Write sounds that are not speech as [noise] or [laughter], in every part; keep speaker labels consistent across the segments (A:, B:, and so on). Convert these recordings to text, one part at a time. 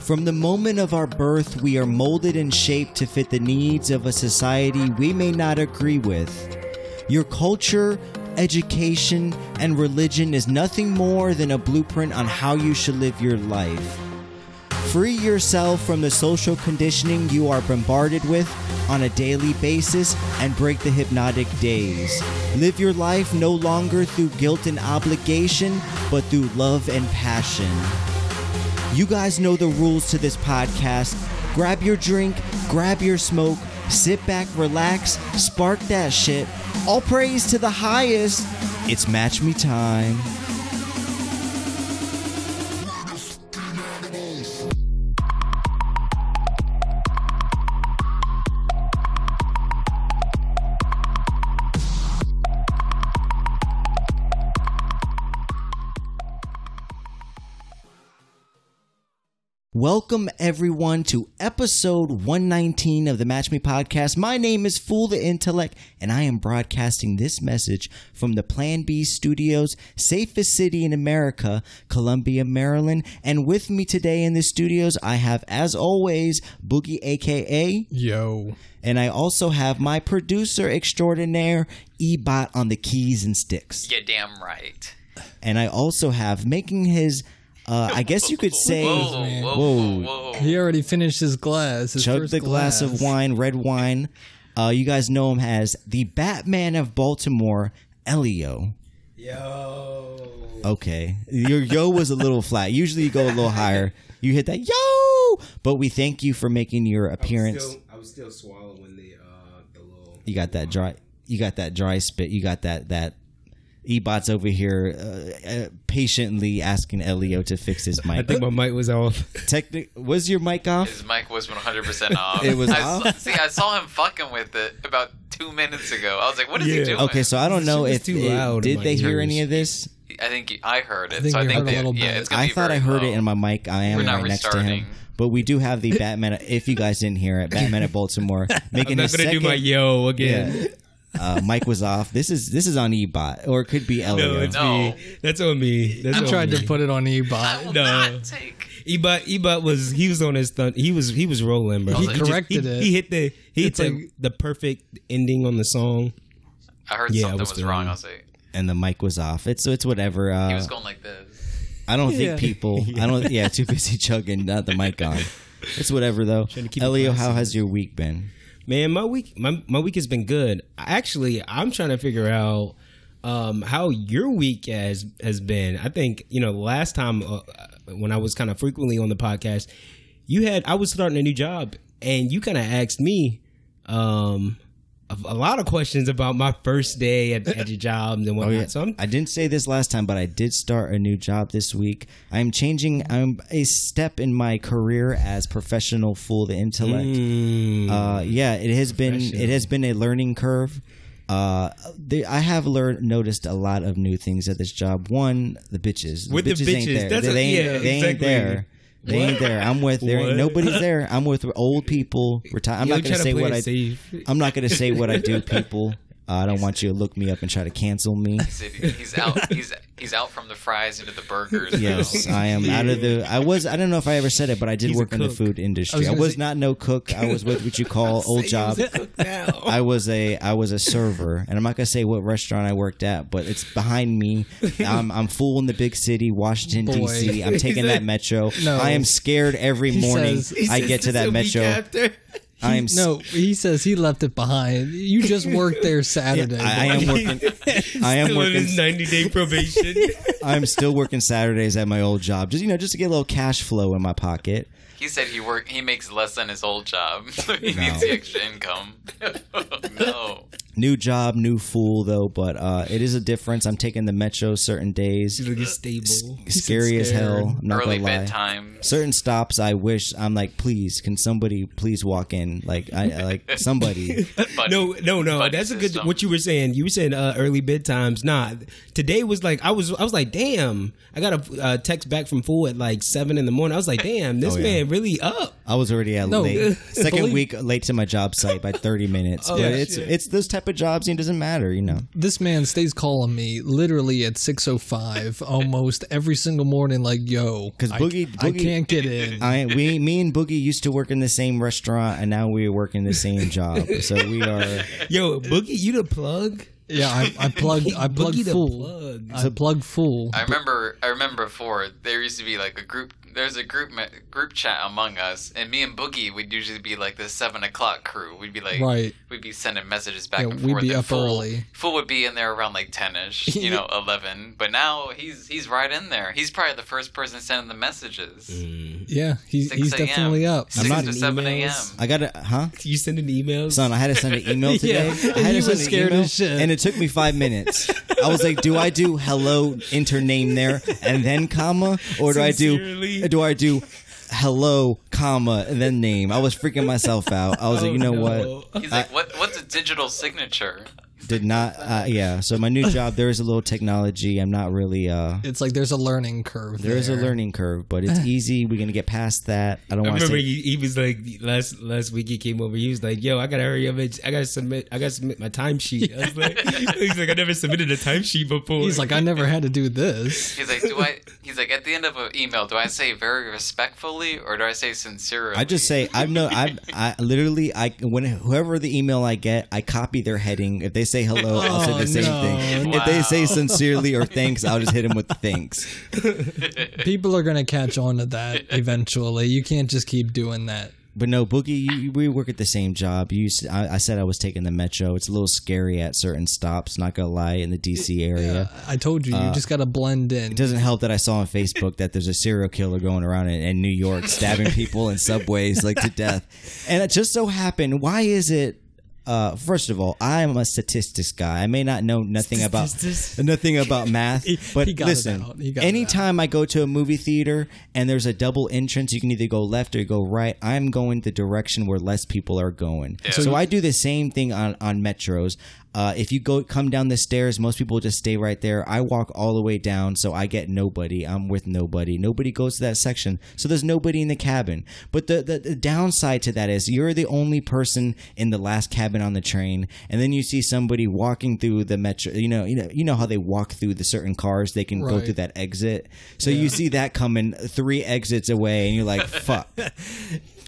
A: From the moment of our birth, we are molded and shaped to fit the needs of a society we may not agree with. Your culture, education, and religion is nothing more than a blueprint on how you should live your life. Free yourself from the social conditioning you are bombarded with on a daily basis and break the hypnotic days. Live your life no longer through guilt and obligation, but through love and passion. You guys know the rules to this podcast. Grab your drink, grab your smoke, sit back, relax, spark that shit. All praise to the highest. It's match me time. Welcome everyone to episode 119 of the Match Me podcast. My name is Fool the Intellect and I am broadcasting this message from the Plan B Studios, safest city in America, Columbia, Maryland. And with me today in the studios, I have as always Boogie aka
B: Yo.
A: and I also have my producer extraordinaire Ebot on the keys and sticks.
C: You're damn right.
A: And I also have making his uh, I guess you
C: [laughs]
A: could say
C: Whoa, whoa,
A: Whoa.
C: whoa, whoa.
B: He already finished his glass. His
A: Chug
B: first
A: the glass, of wine, red wine. Uh, you guys know him as the Batman of Baltimore, Elio. Yo. Okay, your yo was a little flat. Usually you go a little higher. You hit that yo, but we thank you for making your appearance.
D: Still, I was still swallowing the uh, the little.
A: you got that dry. You got that dry spit. You got that that. Ebot's over here uh, uh, patiently asking Elio to fix his mic.
D: I think my mic was off.
A: Techni- was your mic off?
C: His mic
A: [laughs]
C: was 100% off.
A: It was
C: I saw-
A: off?
C: see, I saw him fucking with it about two minutes ago. I was like, what is he
B: Yeah.
C: doing?
A: Okay, so I don't know
B: was
A: if
B: too
A: it-
B: loud in
A: did
B: my
A: they hear
B: ears.
A: any of this.
C: I think you- I heard it.
B: think
C: so I
B: you
C: think
B: heard a
C: they-
B: little
C: yeah,
B: bit.
C: it's gonna
A: I
C: be
A: thought
C: very
A: I heard
C: low.
A: it in my mic. I am
C: We're not
A: right next to him.
C: restarting.
A: But we do have
C: [laughs]
A: the Batman. If you guys didn't hear it, Batman at Baltimore making
D: I'm not
A: his
D: gonna do
A: second-
D: my yo again.
A: Yeah. Uh, mic was off. This is this is on Ebot, or it could be Elio.
D: [laughs] [laughs] No, it's
C: No.
D: me. That's on me. That's
B: I
D: on
B: tried
D: me.
B: to put it on
C: I
B: Ebot.
C: will
D: No.
C: not take.
D: Ebot. Ebot was he was on his stunt. He was he was rolling, bro.
B: He
D: just-
B: corrected
D: he,
B: it.
D: He hit the he hit
B: It's
D: the,
B: like-
D: the perfect ending on the song.
C: I heard
D: Yeah, I
C: something
D: was
C: was,
D: doing
C: wrong.
D: it.
C: I was like,
A: and the mic was off. It's so it's whatever.
C: he
A: Uh,
C: was going like this.
A: I don't
B: Yeah.
A: think people. I
D: [laughs]
A: don't. Yeah, too busy chugging, not the mic on. It's whatever though.
D: to keep it
A: Elio,
D: classy.
A: how has your week been?
D: Man, my week my my week has been good. Actually, I'm trying to figure out um how your week has has been. I think you know last time uh, when I was kind of frequently on the podcast, you had I was starting a new job and you kind of asked me um a, a lot of questions about my first day at, at your
A: [laughs]
D: job
A: Oh,
D: and whatnot. So I'm
A: I didn't say this last time, but I did start a new job this week. I'm changing. I'm a step in my career as professional fool the intellect.
D: Mm.
A: Uh, yeah, it has been it has been a learning curve. Uh, the, I have learned noticed a lot of new things at this job. One, the bitches.
D: With the
A: ain't
D: bitches,
A: there.
D: that's
A: they,
D: a-
A: they ain't,
D: yeah,
A: they ain't
D: exactly.
A: there. They ain't there. I'm with there. Ain't
D: What?
A: nobody's
D: [laughs]
A: there. I'm with old people. Reti- I'm
D: Yo,
A: not
D: try
A: gonna
D: to
A: say
D: play
A: what
D: it
A: I.
D: safe.
A: I'm not gonna say what I do,
D: [laughs]
A: people. Uh, I don't want you to look me up and try to cancel me.
C: See,
A: [laughs]
C: He's out. He's he's out from the fries into the burgers.
A: Yes, I am out of the. I was. I don't know if I ever said it, but I did
D: He's a
A: work in the
D: cook.
A: food industry.
B: was
A: I was,
B: gonna say-
A: not no cook. I was with what
B: [laughs]
A: you call old job. I was a I was a server, and I'm not gonna say what restaurant I worked at, but it's behind me. I'm I'm full in the big city, Washington
B: Boy.
A: D.C. I'm taking that metro.
B: No.
A: I am scared every
B: He
A: morning
B: says- he
A: I get to that metro. I am s-
B: No, he says he left it behind.
A: [laughs]
B: You just worked there Saturday.
A: I, I
B: [laughs]
A: am working. I am
D: Still in
A: working.
D: [laughs] his 90 day
A: [laughs]
D: probation.
A: I'm still working Saturdays at my old job, just you know, just to get a little cash flow in my pocket.
C: He said he work. He makes less than his old job, [laughs] so he needs the extra income. [laughs] no.
A: new job, new fool though, but uh, it is a difference. I'm taking the metro certain days.
D: Look, it's stable.
A: Scary as
B: scared.
A: hell. I'm not
C: Early
A: gonna lie.
C: bedtime.
A: Certain stops, I wish I'm like, please, can somebody please walk in? Like, I I-
C: [laughs]
A: like somebody.
C: Buddy.
D: No, no, no.
C: buddy
D: That's a good.
C: system.
D: What you were saying, you were saying uh, early bedtimes. Nah, today was like I was. I was like, like, damn, I got a uh, text back from Fool at like seven in the morning. I was like, damn, this
A: Oh, yeah.
D: man really up.
A: I was already at
B: No, [laughs]
A: late second
B: believe-
A: week late to my job site by thirty minutes.
D: Oh,
A: but it's
D: shit.
A: it's those type of jobs and it doesn't matter, you know.
B: this man stays calling me literally at 6:05 almost every single morning like yo
A: 'Cause
B: I-
A: Boogie-
B: I,
A: Boogie-
B: can't
A: [laughs]
B: get in
A: I we me and Boogie used to work in the same restaurant and now we work in the same job. So we are
D: Yo, Boogie, you the plug?
B: yeah I, I plugged I plugged
D: Boogie the
B: fool
D: plug.
B: I plugged fool
C: I remember. I remember before there used to be like a group. There's a group me- group chat among us, and me and Boogie would usually be like the seven o'clock crew. We'd be like,
B: Right.
C: We'd be sending messages back
B: Yeah,
C: and
B: we'd
C: forth.
B: be
C: and
B: up
C: Fool-
B: early.
C: Fool would be in there around like ten
B: [laughs]
C: ish, you know, eleven. But now he's he's right in there. He's probably the first person sending the messages.
B: yeah he's
C: 6
B: he's
C: a.m.
B: definitely up
C: Six
A: Mm. not-
C: to seven a.m.
A: I gotta huh?
D: You sending emails?
A: Son, I had to send an email today.
B: [laughs] Yeah,
A: I had
B: and
A: to
B: you
A: send
B: was
A: an
B: scared
A: email,
B: as shit.
A: and it took me five minutes. I was like, "Do I do hello enter name there and then comma, or do I do
D: Sincerely.
A: do I do hello comma and then name?" I was freaking myself out. I was
B: Oh,
A: like, "You know
D: [laughs]
A: what?
C: He's like, what what's a digital signature?
A: Did not uh, yeah." So my new job, there is a little technology. I'm not really. uh
B: it's like there's a learning curve
A: There is a learning curve, but
B: [sighs]
A: it's easy. We're gonna get past that. I don't
D: I
A: want to
D: remember
A: say
D: he, he was like last last week he came over. He was like, "Yo, I gotta hurry up. and- I gotta submit. I gotta submit my timesheet." I was like, [laughs] "He's like, I never submitted a timesheet before."
B: he's like I never had to do this
C: He's like, do I? He's like, at the end of an email, do I say very respectfully or do I say sincerely?
A: I just say I've no I've I literally I when whoever the email I get I copy their heading if they say hello I'll say
B: Oh,
A: the same
B: no.
A: thing if they say sincerely
B: [laughs]
A: or thanks I'll just hit them with the thanks
B: people are gonna catch on to that eventually you can't just keep doing that
A: but no Boogie you, you- we work at the same job you s- I, I said I was taking the metro it's a little scary at certain stops not gonna lie in the DC area
B: I told you you just gotta blend in
A: Uh, It doesn't help that I saw on Facebook that there's a serial killer going around in, in New York stabbing people in subways like to death. And it just so happened, why is it? Uh, first of all, I am a statistics guy. I may not know nothing about nothing about math, but
B: he got it
A: listen.
B: out. He got it
A: anytime I go to a movie theater and there's a double entrance, you can either go left or you go right. I'm going the direction where less people are going. So I do the same thing on on metros. Uh, if you go come down the stairs, most people just stay right there. I walk all the way down, so I get nobody. I'm with nobody. Nobody goes to that section, so there's nobody in the cabin. But the, the the downside to that is you're the only person in the last cabin on the train, and then you see somebody walking through the metro. You know, you know, you know how they walk through the certain cars. They can go
B: Right.
A: through that exit. So you see that coming three exits away, and you're
B: [laughs]
A: like, fuck.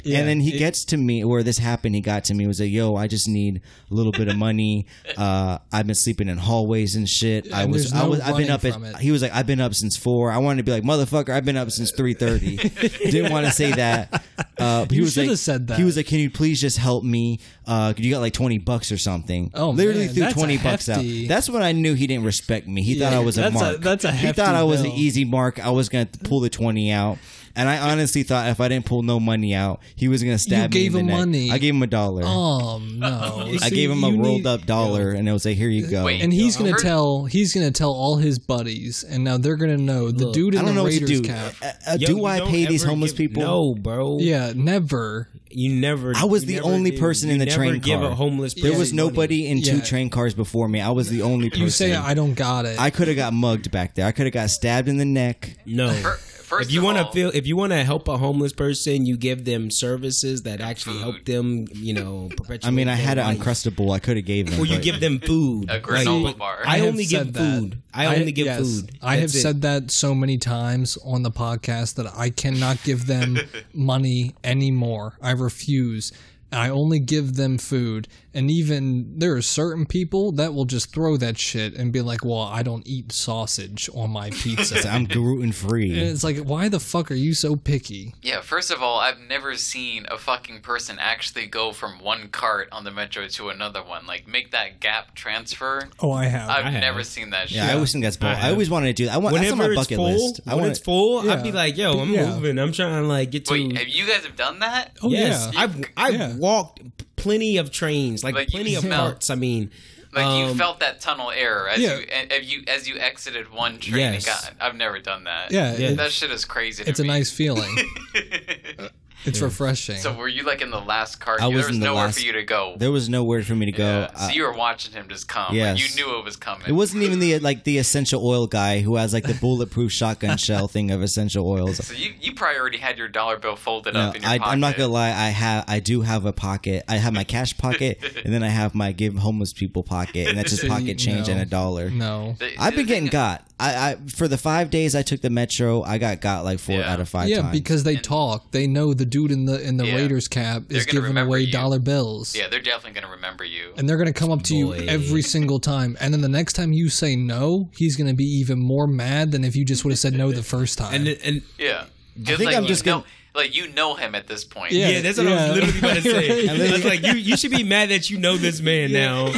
A: and then he gets to me where this happened. He got to me. He was like, "Yo, I just need a little bit of
B: [laughs]
A: money. Uh, I've been sleeping in hallways and shit. I
B: and
A: was,
B: there's
A: I
B: no
A: was, I've been
B: running
A: up at."
B: from it.
A: He was like, "I've been up since four. I wanted to be like, "Motherfucker, I've been up since
B: [laughs]
A: 3.30. Didn't want to say that. Uh, but he
B: You
A: was
B: should
A: like,
B: have said that.
A: He was like, "Can you please just help me? Uh, you got like twenty bucks or something.
B: Oh,
A: literally
B: man,
A: threw
B: that's a
A: twenty bucks out.
B: hefty-
A: That's when I knew he didn't respect me. He thought
B: Yeah,
A: I was a
B: that's a-
A: mark.
B: that's a
A: he
B: hefty
A: thought I was an
B: bill.
A: easy easy mark. I was gonna pull the twenty out, and I honestly thought if I didn't pull no money out, he was gonna stab me. in
B: gave
A: the
B: him
A: neck.
B: money.
A: I gave him a dollar.
B: oh no
A: I
B: See,
A: gave him a
B: you
A: rolled
B: need-
A: up dollar, and I was like, "Here you go."
C: Wait,
B: and he's gonna
C: First-
B: tell he's gonna tell all his buddies, and now they're gonna know the dude in
A: I don't
B: the
A: know what to
B: Raiders
A: do.
B: cap.
A: Uh, uh,
D: Yo,
A: do
D: you
A: I
D: don't
A: pay these
D: ever
A: homeless
D: give-
A: people?
D: No, bro.
B: Yeah, never.
D: you never.
A: I was
D: you
A: the
D: never
A: only
D: do.
A: person
D: You
A: in the
D: never
A: train
D: give
A: car.
D: a homeless.
A: There
D: person
A: was
D: money.
A: nobody in two
B: Yeah.
A: train cars before me. I was the only person.
B: You say I don't got it.
A: I could have got mugged back there. I could have got stabbed in the neck.
D: No.
C: Fir- First
D: If you
C: of
D: want to
C: all-
D: feel, if you want to help a homeless person, you give them services that actually help
C: Food.
D: them. You know, perpetuate.
A: I mean, I
D: their
A: had an
D: life.
A: uncrustable. I could have gave them.
D: Well, you
A: but-
D: give them food,
C: A granola
D: Like,
C: bar.
D: I,
B: have
D: only give
B: said that.
D: food. I only give
B: yes,
D: food.
B: I have
D: That's it.
B: said that so many times on the podcast that I cannot give
D: [laughs]
B: them money anymore. I refuse. I only give them food. And even there are certain people that will just throw that shit and be like, well, I don't eat sausage on my
D: [laughs]
B: pizza.
A: I'm gluten free.
B: and it's like, why the fuck are you so picky?
C: Yeah, first of all, I've never seen a fucking person actually go from one cart on the metro to another one. Like, make that gap transfer.
B: Oh, I have.
C: I've
D: have.
C: never seen that shit.
A: Yeah, I always think that's bull. I,
D: I-
A: always wanted to do that. I want, that's on
D: Whenever
A: my
D: it's
A: bucket
D: full,
A: list. I
D: when
A: want
D: it's full,
B: Yeah.
D: I'd be like, "Yo, I'm
B: Yeah.
D: moving. I'm trying to like get to."
C: Wait, have you guys have done that?
B: Oh,
D: yes,
B: yeah.
D: I've I've
B: Yeah.
D: walked plenty of trains, like,
C: Like, you
D: plenty of
C: smell-
D: carts. I mean,
C: Like you
D: um,
C: felt that tunnel air as
B: yeah.
C: you and- as you as you exited one train. and
D: Yes.
C: got- I've never done that.
B: Yeah, Yeah.
C: that shit is crazy. To
B: It's a
C: me.
B: nice feeling.
D: [laughs]
B: It's refreshing.
C: [laughs] So were you like in the last car?
A: I was
C: there was
A: in the
C: nowhere
A: last-
C: for you to go.
A: There was nowhere for me to go.
C: Yeah, so
A: I-
C: you were watching him just come. Yeah,
A: Yes.
C: you knew it was coming.
A: It wasn't even the like the essential oil guy who has
D: [laughs]
A: like the bulletproof shotgun shell thing of essential oils.
C: So you, you probably already had your dollar bill folded
A: No,
C: up in your
A: I,
C: pocket.
A: I'm not gonna lie. I have I do have a pocket. I have my cash
D: [laughs]
A: pocket, and then I have my give homeless people pocket, and that's just
B: So you-
A: pocket change
B: no.
A: and a dollar.
D: Mm.
B: no.
C: The-
A: I've been
C: the
D: [laughs]
A: getting
C: thing-
A: got. I, I for the five days I took the metro, I got got like four
C: Yeah.
A: out of five.
B: Yeah,
A: times.
B: because they talk. They know the dude in the in the
C: Yeah.
B: Raiders cap is
C: gonna
B: giving
C: remember
B: away
C: you.
B: dollar bills.
C: Yeah, they're definitely gonna remember you.
B: And they're gonna come up to
D: Boy.
B: you every single time. And then the next time you say no, he's gonna be even more mad than if you just would have said no the first time.
D: And and
C: Yeah, I
A: think I'm just gonna-
C: like you know him at this point.
B: Yeah.
D: yeah, that's what I
B: Yeah.
D: was literally about
B: [laughs]
D: to say.
B: Right.
D: I was like, you you should be mad that you know this
B: [laughs]
D: man now.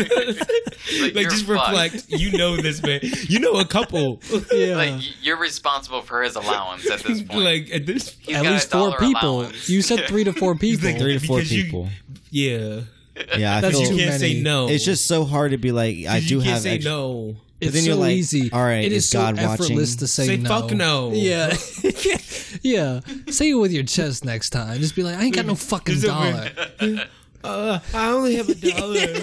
D: like
C: you're
D: just
C: fucked.
D: reflect, you know this man. You know a couple.
B: [laughs] yeah.
C: like y- you're responsible for his allowance at
B: [laughs]
C: this point.
D: like at this
C: He's
B: at
C: got a
B: least four
C: dollar
B: people.
C: allowance.
B: You
C: [laughs]
B: said three to four people.
D: like
A: three to four
D: Because you- [laughs]
A: people.
D: Yeah.
A: yeah, I
B: That's
A: feel
B: too
D: You can't
B: many.
D: say no.
A: it's just so hard to be like I
D: you
A: do
D: can't
A: have
D: say
A: extra-
D: no.
B: it's
A: then
B: so
A: you're like,
B: easy.
A: all right,
B: it is,
A: is
B: so
A: God watching?
B: effortless to say,
D: Say
B: no.
D: fuck no.
B: [laughs] Yeah, yeah. Say it with your chest next time. Just be like, I ain't got no fucking
D: Just over-
B: dollar.
D: Uh, I only have a dollar.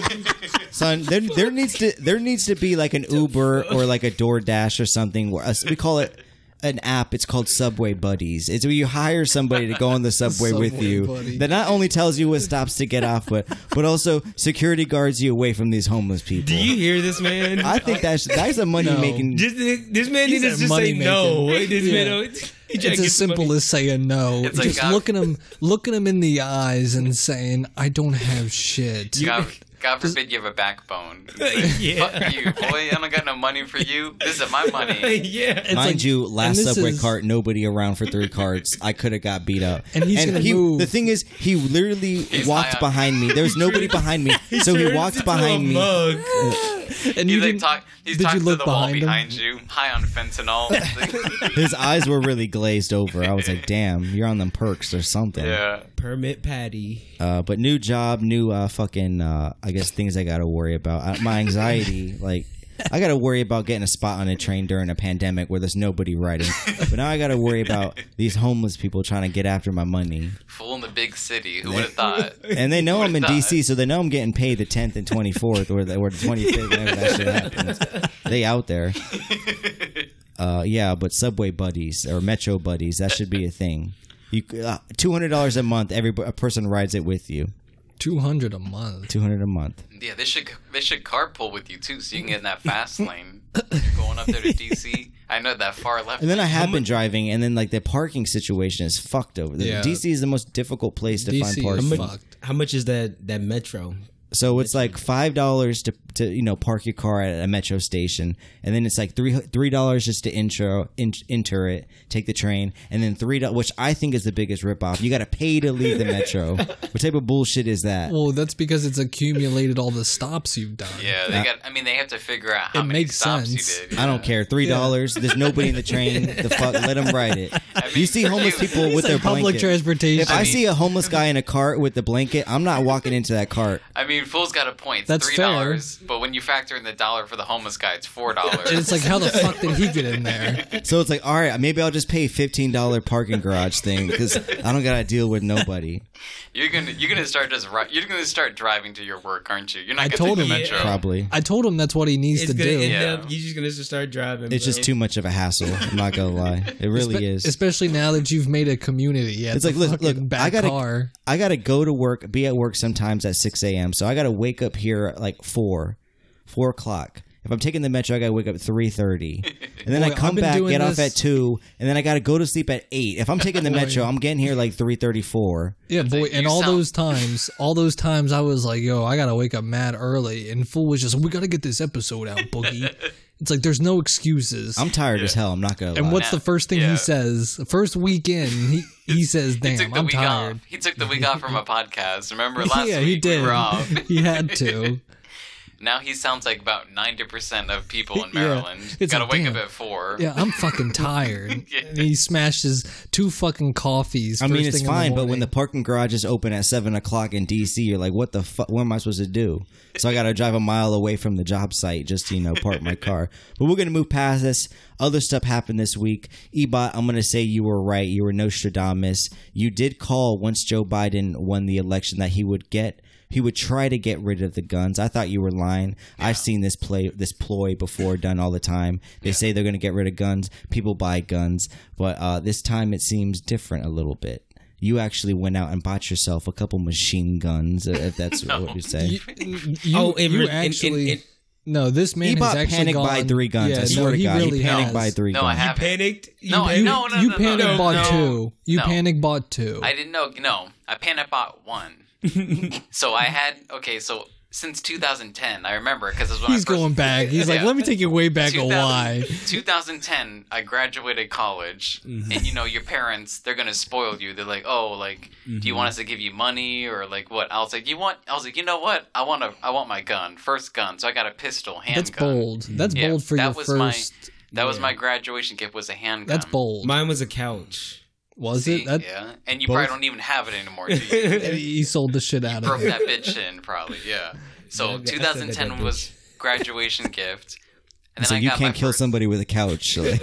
A: Son,
B: [laughs]
A: there, there needs to there needs to be like an Uber or like a DoorDash or something. Where us, we call it an app. It's called Subway Buddies. It's where you hire somebody to go
B: [laughs]
A: on the subway, with
B: Subway
A: you
B: buddy.
A: that not only tells you what stops to get off, but but also security guards you away from these homeless people.
D: [laughs] Do you hear this man?
A: I think that's that's a money making.
D: Just, this man
B: He's
D: needs
B: a
D: to just
B: money
D: say no.
B: maker.
D: This
B: Yeah.
D: man, [laughs] he tried
B: It's
D: to get
B: as simple
D: money. [laughs]
B: as saying no.
C: It's like, uh,
B: Just
C: God-
B: looking him, looking him in the eyes and saying, "I don't have shit."
C: God, God forbid you have a
B: [laughs]
C: backbone.
D: Yeah.
C: Fuck you, boy. I don't got no money for you. This is my money.
D: [laughs] yeah.
A: Mind
B: like-
A: you,
B: and
A: last
B: this
A: subway
B: is-
A: cart, nobody around for three cards. I could have got beat up.
B: And he's gonna
A: he,
B: move.
A: The thing is, he literally
C: He's high
A: walked
C: on-
A: behind me. There
D: [laughs]
A: was nobody behind me, so he
D: Turns
A: walked
D: into a
A: behind me.
D: mug.
B: and
C: He's
B: you
C: like
B: didn't-
C: talk. He's
B: did you
C: talking to
B: look
C: the wall
B: behind him?
C: behind you, high
B: [laughs]
C: on fentanyl.
A: His eyes were really glazed over. I was like, "Damn, you're on them perks or something."
C: yeah.
D: Permit Patty.
A: Uh, but new job, new uh, fucking, uh, I guess things I gotta worry about. I, my anxiety, like, I gotta worry about getting a spot on a train during a pandemic where there's nobody riding. But now I gotta worry about these homeless people trying to get after my money,
C: Fool in the big city. Who would have thought?
A: and they know I'm in
C: What's that?
A: DC, so they know I'm getting paid the 10th and 24th or the, or the 25th whenever that shit happens. They out there. Uh, yeah, but subway buddies or metro buddies, that should be a thing. You c- uh, $200 a month, every a person rides it with you.
B: two hundred a month.
A: 200 a month.
C: Yeah, they should they should carpool with you too, so you can get in that
B: [laughs]
C: fast lane going up there to DC. I know that far left.
A: And then I have been driving, and then like the parking situation is fucked over. The
B: Yeah.
A: DC is the most difficult place to
B: DC
A: find
B: is
A: parking.
B: fucked. Fucked.
D: How much is that that metro?
A: So it's like five dollars to, to you know park your car at a metro station, and then it's like three three dollars just to intro in, enter it, take the train, and then three dollars, which I think is the biggest ripoff. You got to pay to leave the metro. what type of bullshit is that?
B: Well, that's because it's accumulated all the stops you've done.
C: Yeah, they got. I mean, they have to figure out how
B: It
C: many
B: makes
C: stops
B: sense.
C: you did.
A: I don't care. Three dollars. There's nobody in the train. The fuck, let them ride it.
C: mean,
A: you see
C: for
A: homeless
C: you-
A: people
B: It's
A: with
B: like
A: their
B: public
A: blanket.
B: transportation.
A: If I, see a homeless guy in a cart with a blanket, I'm not walking into that cart.
C: I mean, fool's got a point. It's
B: That's
C: three dollars, but when you factor in the dollar for the homeless guy, it's four dollars.
B: [laughs] And it's like, how the fuck did he get in there?
A: So it's like, all right, maybe I'll just pay fifteen dollar parking garage thing because I don't gotta deal with nobody.
C: You're gonna you're gonna start just ri- you're gonna start driving to your work, aren't you? You're not
B: I
C: gonna
B: told
C: take
B: him
C: the
B: that.
C: metro.
A: Probably,
B: I told him that's what he needs
D: It's
B: to
D: gonna
B: do.
D: end
C: Yeah.
D: up. You're just gonna just start driving.
A: it's just
D: bro.
A: too much of a hassle. I'm not gonna
B: [laughs]
A: lie, it really is.
B: Especially now that you've made a community. At
A: It's
B: the
A: like, look, look,
B: fucking back
A: I gotta-
B: car.
A: I gotta go to work, be at work sometimes at six a.m. So I gotta wake up here at like four, four o'clock. If I'm taking the metro, I gotta wake up three thirty, and then I
B: Boy, I've
A: come
B: been
A: back,
B: doing
A: get off
B: this-
A: at two, and then I gotta go to sleep at eight. If I'm taking the metro, I'm getting here like three thirty four.
B: Yeah, boy, and
C: you
B: all
C: sound-
B: those times, all those times I was like, yo, I gotta wake up mad early. And Fool was just, we gotta get this episode out,
C: [laughs]
B: Boogie. it's like, there's no excuses.
A: I'm tired as hell. I'm not gonna.
B: and
A: lie.
B: what's the first thing
C: Yeah.
B: he says? The first weekend, he,
C: [laughs]
B: he says,
C: He took
B: damn,
C: the
B: I'm
C: week
B: tired.
C: off.
B: [laughs]
C: He took the week off from a podcast. Remember last
B: yeah,
C: week
B: [laughs] he did.
C: we were off.
B: he had to.
C: Now he sounds like about ninety percent of people in
B: Yeah.
C: Maryland.
B: It's
C: Gotta
B: like,
C: wake
B: damn.
C: up at four.
B: Yeah, I'm fucking
C: [laughs]
B: tired. And he smashes two fucking coffees.
A: I mean,
B: first
A: it's
B: thing in the
A: fine, but when
B: morning.
A: the parking garage is open at seven o'clock in DC, you're like, "What the fuck? What am I supposed to do?" So I got to drive a mile away from the job site just to you know park my car. But we're gonna move past this. Other stuff happened this week. Ebot, I'm gonna say you were right. You were Nostradamus. You did call once Joe Biden won the election that he would get. He would try to get rid of the guns. I thought you were lying. I've seen this play, this ploy before done all the time. They say they're going to get rid of guns. People buy guns, but uh, this time it seems different a little bit you actually went out and bought yourself a couple machine guns, uh, if that's
C: [laughs]
A: what you say.
B: You-
A: [laughs]
B: you,
D: Oh, it
B: you
D: re- it- it-
B: actually.
D: it-
B: no, this man
A: He
B: has
A: bought
B: actually
A: panic
B: gone,
A: by three guns.
B: Yeah,
A: I swear
B: no,
A: to
B: he
A: God,
B: really
A: he panicked by
B: has.
A: three
C: No, I
A: guns.
C: haven't.
D: Panicked? You
C: No, I-
D: panicked?
C: no, no,
B: you
C: no, no,
B: panic
C: no,
B: bought
C: no.
B: two. You
C: No.
B: panic bought two.
C: I didn't know. No, I panic
B: [laughs]
C: bought one. so I had okay. So since 2010, I remember because when I
B: He's
C: first,
B: going back. He's like,
C: Yeah.
B: let me take you way back a
C: 2000
B: why.
C: [laughs] 2010, I graduated college,
B: Mm-hmm.
C: and you know your parents, they're gonna spoil you. They're like, oh, like, do
B: Mm-hmm.
C: you want us to give you money or like what? I was like, you want? I was like, you know what? I want to. I want my gun, first gun. So I got a pistol, handgun.
B: That's bold. That's
C: Yeah,
B: bold for
C: that
B: your
C: was
B: first.
C: my- That was my graduation gift was a handgun.
B: that's bold.
D: Mine was a couch.
B: was
C: See,
B: it? That,
C: yeah, and you
B: both-
C: probably don't even have it anymore. Do you?
B: [laughs] He sold the shit out
C: broke
B: of it.
C: that bitch in probably yeah so
D: Yeah, I said that
C: 2010
D: bitch.
C: was graduation gift and then
A: So
C: I
A: you
C: got
A: can't
C: my
A: kill
C: first,
A: somebody with a
C: [laughs]
A: couch. like-
B: [laughs]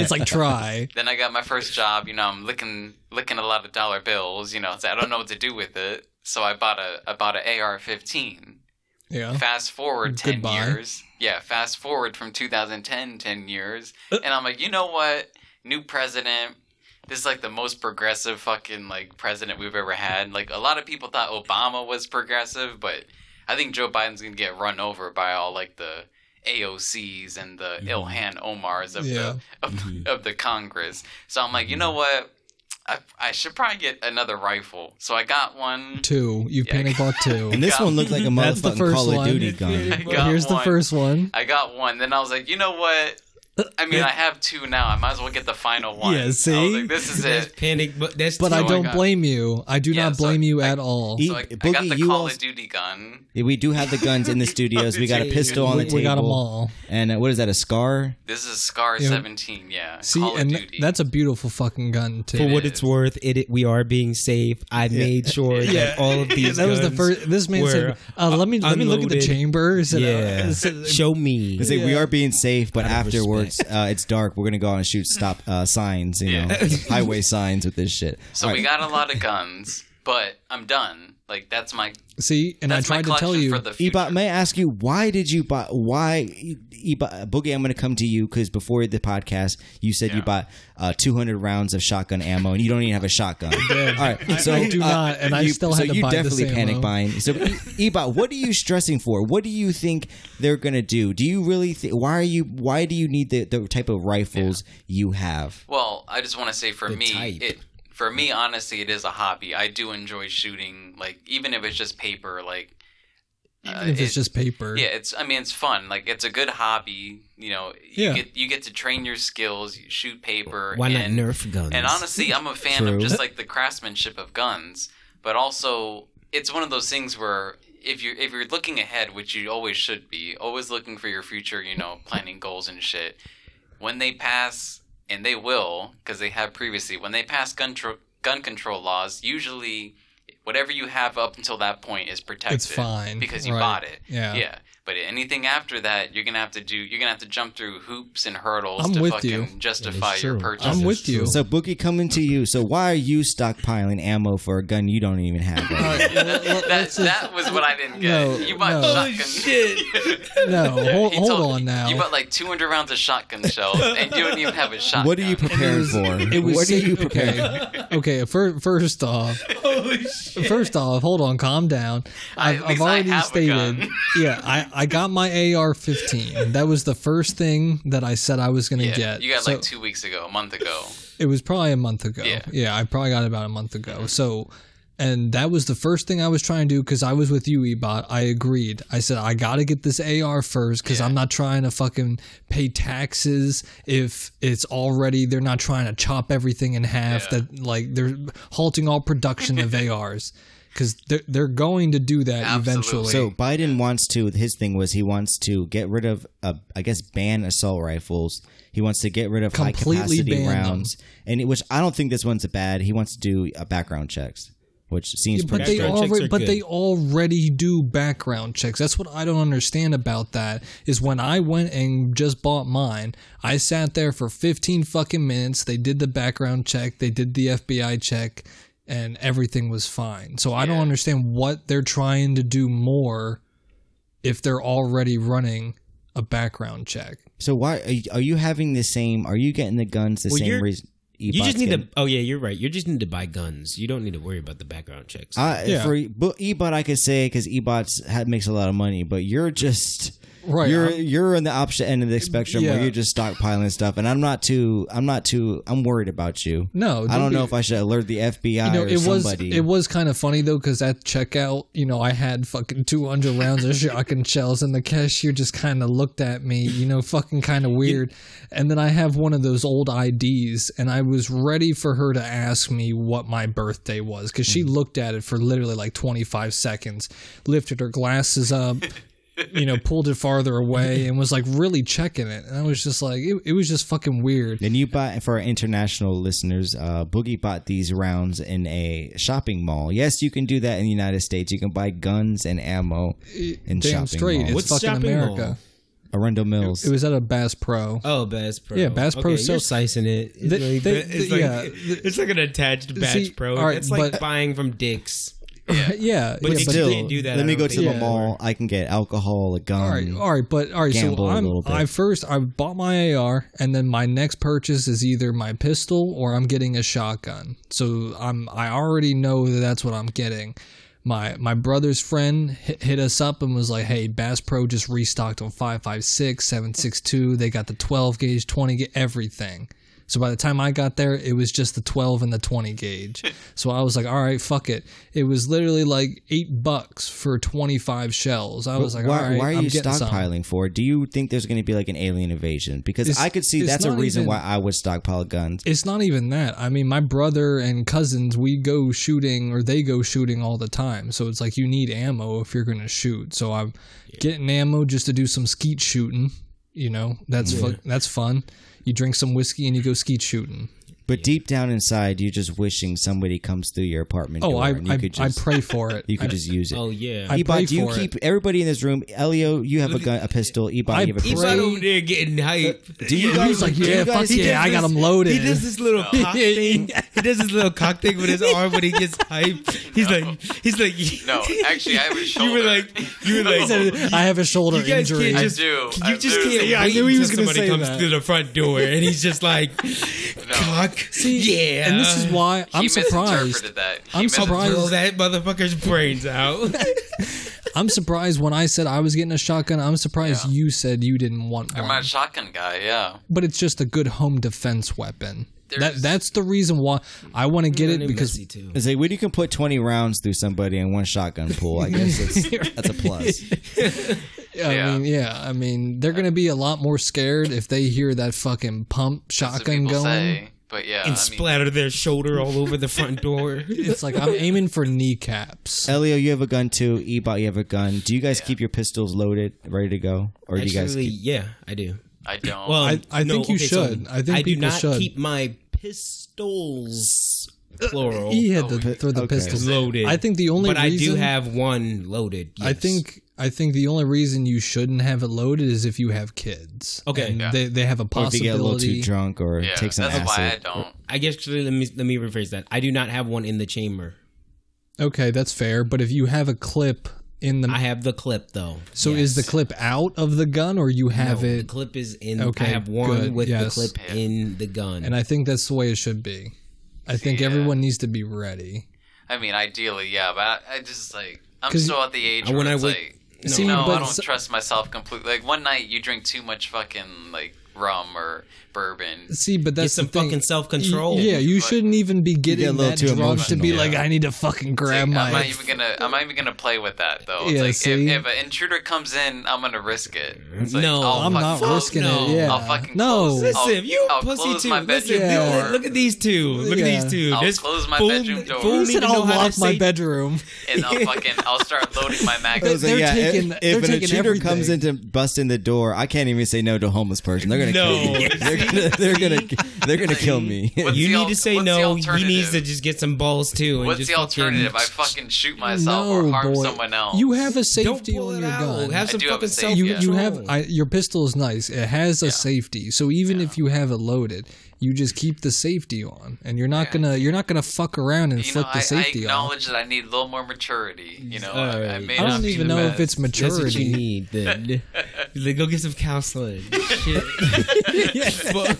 B: It's like try.
C: then I got my first job you know I'm licking licking a lot of dollar bills you know so I don't know what to do with it so I bought a I bought an AR15 [laughs]
B: Yeah.
C: fast forward 10
B: Goodbye.
C: years yeah fast forward from 2010 10 years
B: Uh.
C: and I'm like you know what new president this is like the most progressive fucking like president we've ever had. Like a lot of people thought Obama was progressive, but I think Joe Biden's gonna get run over by all like the AOCs and the Ilhan Omars of
B: Mm-hmm. Yeah. Mm-hmm.
C: the [laughs] of, of the Congress. So I'm like, you know what? I, I should probably get another rifle. So I got one. [laughs]
B: Two. You
C: Yeah.
B: panic bought two.
A: and this one looked like a
B: [laughs] That's the
A: motherfucking
B: first
A: Call of
B: one.
A: Duty gun.
B: [laughs]
C: I [laughs] got
B: Here's the
C: one.
B: first one.
C: I got one. Then I was like, you know what? I mean, I have two now. I might as well get the final one.
B: Yeah,
C: I was
B: see?
C: like, this is
D: That's
C: it.
D: panic, but that's
B: But
D: too-
B: I
C: my
B: don't
C: God.
B: blame you. I do
C: Yeah,
B: not
C: so
B: blame you
C: I-
B: at all.
A: He-
C: So I, I got
A: Boogie,
C: the
A: you
C: Call
A: also-
C: of Duty gun.
A: We do have the guns in the studios. We
C: [laughs]
A: got a pistol on the table.
B: we got them all.
A: And uh, what is that? A scar?
C: This is Scar
B: Yeah.
C: 17. Yeah,
B: See,
C: Call of
B: and
C: Duty.
B: that's a beautiful fucking gun too.
D: for what
C: is.
D: it's worth, it, it- we are being safe. I made sure that all of these.
B: that was the
D: guns
B: first. This man
D: were
B: said, uh, "Let me let me look at the
D: unloaded.
B: chambers." And, uh,
D: Yeah,
B: [laughs] said-
D: show me.
A: They say we are being safe, but
D: Out of
A: afterwards uh, it's dark. We're gonna go out and shoot stop uh, signs, you know, highway signs with this shit.
C: So we got a lot of guns, but I'm done. Like that's my
B: see, and I
C: that's my
B: tried to
C: collection
B: tell you,
C: for the future.
A: Ebot, may I ask you why did you buy? Why, Ebot, Boogie? I'm going to come to you because before the podcast, you said you
C: Yeah.
A: bought uh, 200 rounds of shotgun ammo, and you don't even have a
B: [laughs]
A: shotgun. All right, so uh,
B: I do not, and I
A: you,
B: still
A: so
B: had to
A: you
B: buy this
A: definitely panic
B: ammo.
A: buying. So, E- Ebot, what are you stressing for? What do you think they're going to do? Do you really? Th- why are you? Why do you need the, the type of rifles you have?
C: Well, I just want to say for me,
D: type.
C: it for me honestly, it is a hobby. I do enjoy shooting, like even if it's just paper. Like
B: even if it's
C: it-
B: just paper,
C: uh, yeah, it's I mean it's fun. Like it's a good hobby. You know, you
B: Yeah.
C: get you get to train your skills. You shoot paper.
D: Why not
C: and,
D: Nerf guns?
C: And honestly, I'm a fan
A: True.
B: [laughs]
C: of just like the craftsmanship of guns, but also it's one of those things where if you if you're looking ahead, which you always should be, always looking for your future, you know, planning goals and shit. When they pass, and they will, because they have previously, when they pass gun tr- gun control laws, usually whatever you have up until that point is protected.
B: fine,
C: because you
B: right.
C: bought it.
B: Yeah.
C: yeah. But anything after that, you're gonna have to do. You're gonna have to jump through hoops and hurdles
B: I'm
C: to
B: with
C: fucking
B: you.
C: justify
D: That is
C: your
D: true.
C: purchase.
B: I'm with
C: [laughs]
D: [laughs]
B: you.
A: So, Boogie, coming to you. So, why are you stockpiling ammo for a gun you don't even
B: [laughs]
A: have? right now?
B: Uh,
C: that, that, that was what I didn't get.
B: No,
C: you bought
B: no.
C: shotgun.
B: no, hold,
C: He
B: hold
C: told-
B: on now.
C: You bought like 200 rounds of shotgun shells, and you don't even have a shotgun.
A: What are you preparing for?
B: It was
A: what are
B: sick-
A: you preparing?
B: Okay, [laughs] okay first, first
C: [laughs]
B: off, first off, hold on, calm down.
C: I-
B: I've,
C: at
B: I've
C: least I
B: already
C: have a
B: stated,
C: gun.
B: [laughs] yeah, I, I got my AR-15. That was the first thing that I said I was going to
C: Yeah,
B: get.
C: you got
B: So-
C: like two weeks ago, a month ago.
B: It was probably a month ago. Yeah.
C: Yeah.
B: I probably got it about a month ago. So, and that was the first thing I was trying to do because I was with you, Ebot. I agreed. I said, I got to get this AR first because I'm not trying to fucking pay taxes if it's already, they're not trying to chop everything in half.
C: Yeah. [laughs]
B: That, like, they're halting all production of ARs. because they're they're going to do that
C: Absolutely.
B: eventually.
A: So Biden wants to. His thing was he wants to get rid of, uh, I guess, ban assault rifles. He wants to get rid of high
B: Completely
A: capacity
B: ban them.
A: rounds, and it, which I don't think this one's bad. He wants to do uh, background checks, which seems
B: Yeah, but
A: pretty.
B: they
A: strict.
D: Background checks
B: already,
D: are
B: but
D: good.
B: they already do background checks. That's what I don't understand about that. Is when I went and just bought mine, I sat there for 15 fucking minutes. They did the background check, they did the FBI check, and everything was fine. So I don't
C: Yeah.
B: understand what they're trying to do more if they're already running a background check.
A: so why are you, are you having the same? Are you getting the guns the
D: Well,
A: same
D: you're-
A: reason?
D: You
A: e-bots
D: just need
A: get?
D: to. Oh yeah, you're right. You just need to buy guns. You don't need to worry about the background checks.
A: I, uh,
B: Yeah.
A: For but ebot, I could say because ebots ha- makes a lot of money, but you're just
B: Right,
A: You're
B: I'm-
A: you're on the opposite end of the spectrum where
B: yeah.
A: you're just stockpiling stuff, and I'm not too. I'm not too. I'm worried about you.
B: No,
A: I don't
B: don't
A: know
B: be-
A: if I should alert the FBI
B: You know,
A: or
B: it was
A: somebody.
B: it was kind of funny though because at checkout, you know, I had fucking two hundred rounds of shotgun shells, and the cashier just kind of looked at me, you know, fucking
A: [laughs]
B: kind of weird. And then I have one of those old IDs, and I was ready for her to ask me what my birthday was because
A: Mm-hmm.
B: she looked at it for literally like twenty five seconds, lifted her glasses up. You know, pulled it farther away and was like really checking it. And I was just like, it, it was just fucking weird.
A: and you bought for our international listeners, uh, Boogie bought these rounds in a shopping mall. Yes, you can do that in the United States. You can buy guns and ammo in
B: Damn
A: shopping
B: straight.
A: malls.
B: It's
D: What's
B: fucking
D: shopping
B: America.
D: mall?
A: Arundel Mills.
B: It was at a Bass Pro.
D: Oh, Bass Pro.
B: Yeah, Bass Pro
D: Okay, you're
B: sells-
D: slicing it. It's,
B: They-
D: like,
B: they- they-
D: it's, like,
B: yeah.
D: it's like an attached Bass
B: See,
D: Pro.
B: all right,
D: it's like
B: but-
D: buying from Dicks.
B: Yeah, yeah,
D: But
B: yeah,
D: you
A: Still,
D: can't do that,
A: let
D: I
A: me
D: don't
A: go to
D: think.
A: the
B: Yeah.
A: mall. I can get alcohol, a gun.
B: all right, all right, but all right. So
A: Um, Gamble a
B: I'm,
A: little bit.
B: I first I bought my AR, and then my next purchase is either my pistol or I'm getting a shotgun. So I'm I already know that that's what I'm getting. My my brother's friend hit, hit us up and was like, "Hey, Bass Pro just restocked on 556, 762. They got the 12 gauge, 20 gauge, everything." So by the time I got there, it was just the 12 and the 20 gauge. so I was like, all right, fuck it. It was literally like eight bucks for 25 shells. I was like,
A: why,
B: all right,
A: why are
B: I'm
A: you
B: getting some.
A: stockpiling for? Do you think there's going to be like an alien invasion? Because
B: It's-
A: I could see
B: it's
A: that's a
B: not
A: reason
B: even-
A: why I would stockpile guns.
B: It's not even that. I mean, my brother and cousins, we go shooting or they go shooting all the time. So it's like you need ammo if you're going to shoot. So I'm getting ammo just to do some skeet shooting. You know, that's fu- that's fun. You drink some whiskey and you go skeet shooting.
A: But deep down inside, you're just wishing somebody comes through your apartment
B: Oh,
A: door
B: I
A: and you
B: I,
A: could
B: I
A: just [laughs]
B: pray for it.
A: you could
B: I-
A: just use it.
D: Oh yeah.
B: I
A: Ebot,
B: pray
A: do you
B: for
A: keep everybody in this room? Elio, you have a gun, a pistol. Ebot,
B: I
A: you have a
B: pray- Uh,
A: pistol.
D: Ebot over there getting hype.
A: Do you guys-
B: He's like,
A: do you
B: yeah,
A: guys-
B: fuck
A: he does
B: yeah, I got him loaded.
D: He does
B: [laughs]
D: this little cock thing. He does this little cock thing with his arm when he gets hype. He's like, he's like,
C: No, actually, I have a
D: [laughs] You were
C: shoulder.
D: like, you
C: [laughs]
D: were
B: [laughs]
D: like,
B: I have a shoulder
D: you guys
B: injury.
D: can't
C: I
D: just,
C: do.
D: you
C: I
D: just
C: do.
D: can't.
C: Yeah,
B: I
D: wait
B: knew he
D: till
B: was gonna
D: somebody
B: say
D: comes
B: that.
D: through the front door, and he's just like,
C: [laughs]
D: cock. yeah,
B: and this is why
C: He
B: I'm surprised.
C: misinterpreted that. He
B: I'm
C: misinterpreted
B: surprised.
D: blow that motherfucker's brains
C: [laughs]
D: out.
B: I'm surprised when I said I was getting a shotgun. I'm surprised
C: Yeah.
B: you said you didn't want
C: I'm
B: one.
C: not a shotgun guy. Yeah.
B: but it's just a good home defense weapon. That
C: There's-
B: that's the reason why I want to get it because
D: too.
A: It's like when you can put 20 rounds through somebody in one shotgun pull, I guess
B: [laughs]
A: it's, that's a plus.
B: I
C: Yeah.
B: mean, yeah, I mean they're gonna be a lot more scared if they hear that fucking pump
C: That's what
B: shotgun
C: people
B: going.
C: say. But yeah,
D: and
C: I mean,
D: splatter their shoulder all over the
C: [laughs]
D: front door.
B: It's like I'm aiming for
A: [laughs]
B: kneecaps.
A: Elio, you have a gun too. Ebot, you have a gun. Do you guys keep your pistols loaded, ready to go, or do you guys?
D: Actually,
A: Keep-
D: yeah, I do.
C: I don't.
D: Well,
B: I- I
D: no,
B: think you
D: okay, so
B: should. I think
D: I do
B: people
D: not
B: should.
D: keep my
C: [laughs]
D: pistols
B: [laughs]
D: plural
B: He had
C: Oh,
B: to
C: you-
B: throw the
A: okay.
B: pistols.
D: loaded.
B: I think the only
D: but I do
B: reason-
D: have one loaded.
B: I
D: yes.
B: think I think the only reason you shouldn't have it loaded is if you have kids.
D: Okay.
B: And
C: Yeah.
B: they they have a
A: or if you
B: possibility.
A: get a little too drunk or
C: yeah,
A: take some
C: that's
A: acid.
C: why I don't.
D: I guess actually, let me let me rephrase that. I do not have one in the chamber.
B: Okay, that's fair. But if you have a clip in the
D: I have the clip though.
B: so is the clip out of the gun or you have
D: No, the
B: it?
D: clip is in.
B: Okay,
D: I have one
B: good,
D: with
B: yes.
D: the clip in the gun.
B: and I think that's the way it should be. I think
C: Yeah.
B: everyone needs to be ready.
C: I mean, ideally, yeah, but I, I just like I'm
B: 'Cause
C: still at the age
D: I-
C: where
D: when I
C: it's
D: wake-
C: like,
B: See,
C: no,
B: but
C: I don't
B: so-
C: trust myself completely. Like one night you drink too much fucking like rum or bourbon.
B: See, but
D: Get
B: that's
D: some
B: the thing.
D: fucking self
B: You-
D: control.
B: yeah, you
C: Like-
B: shouldn't even be
A: a
B: getting
A: little
B: that
A: too
B: drug to be
A: emotional.
B: like, I need to fucking grab
C: Like,
B: my.
C: I'm not even
B: [laughs]
C: gonna. I'm not even gonna play with that though. It's
B: Yeah,
C: like
B: see?
C: if, if an intruder comes in, I'm gonna risk it. It's like,
D: No,
C: I'll
B: I'm
C: fuck-
B: not
C: fuck
B: risking
C: no.
B: it. Yeah.
C: I'll fucking
B: no.
C: close it.
D: Listen,
C: I'll-
D: you
C: I'll
D: pussy
C: close
D: too.
C: my
D: Listen,
C: bedroom
D: look-
C: door.
D: look at these two. Look
B: Yeah.
D: at these 2
C: I'll
D: This
C: close my
D: fool-
C: bedroom door.
D: fool
B: Who
D: don't
B: said
D: even
B: I'll
D: know how to
B: lock my
D: say-
B: bedroom?
D: [laughs]
B: [laughs]
C: and I'll fucking. I'll start loading my mag.
B: Those They're taking-
A: if,
B: they're
A: if an
B: taking
A: intruder comes
B: everything.
A: into busting the door, I can't even say no to a homeless person. They're gonna
D: No.
A: kill me. [laughs] They're gonna they're gonna they're gonna kill me.
C: What's
D: You
C: the
D: need
C: al-
D: to say
C: what's the
D: no. He
C: alternative?
D: needs to just get some balls too.
C: [laughs]
D: And
C: What's
D: just
C: the alternative? I
D: Fucking,
C: fucking shoot myself or harm someone else.
B: You have a
D: don't
B: safety
D: pull
B: on
D: it
B: your
D: out.
B: gun.
D: Have
C: I
D: some
C: do have a
D: fucking
C: safe,
D: self.
B: you,
C: yeah.
B: you have I, your pistol is nice. It has a safety, so even if you have it loaded, you just keep the safety on, and you're not gonna you're not gonna fuck around and
C: you know,
B: flip the
C: I, I
B: safety off.
C: acknowledge that I need a little more maturity. You know, I- I,
D: Alright.
C: may
B: I
C: not
B: don't
C: be
B: even
C: the
B: know if
C: best.
B: it's
D: That's what you
B: maturity.
D: need.
C: [laughs]
D: Then Then go get some counseling. Shit. Fuck.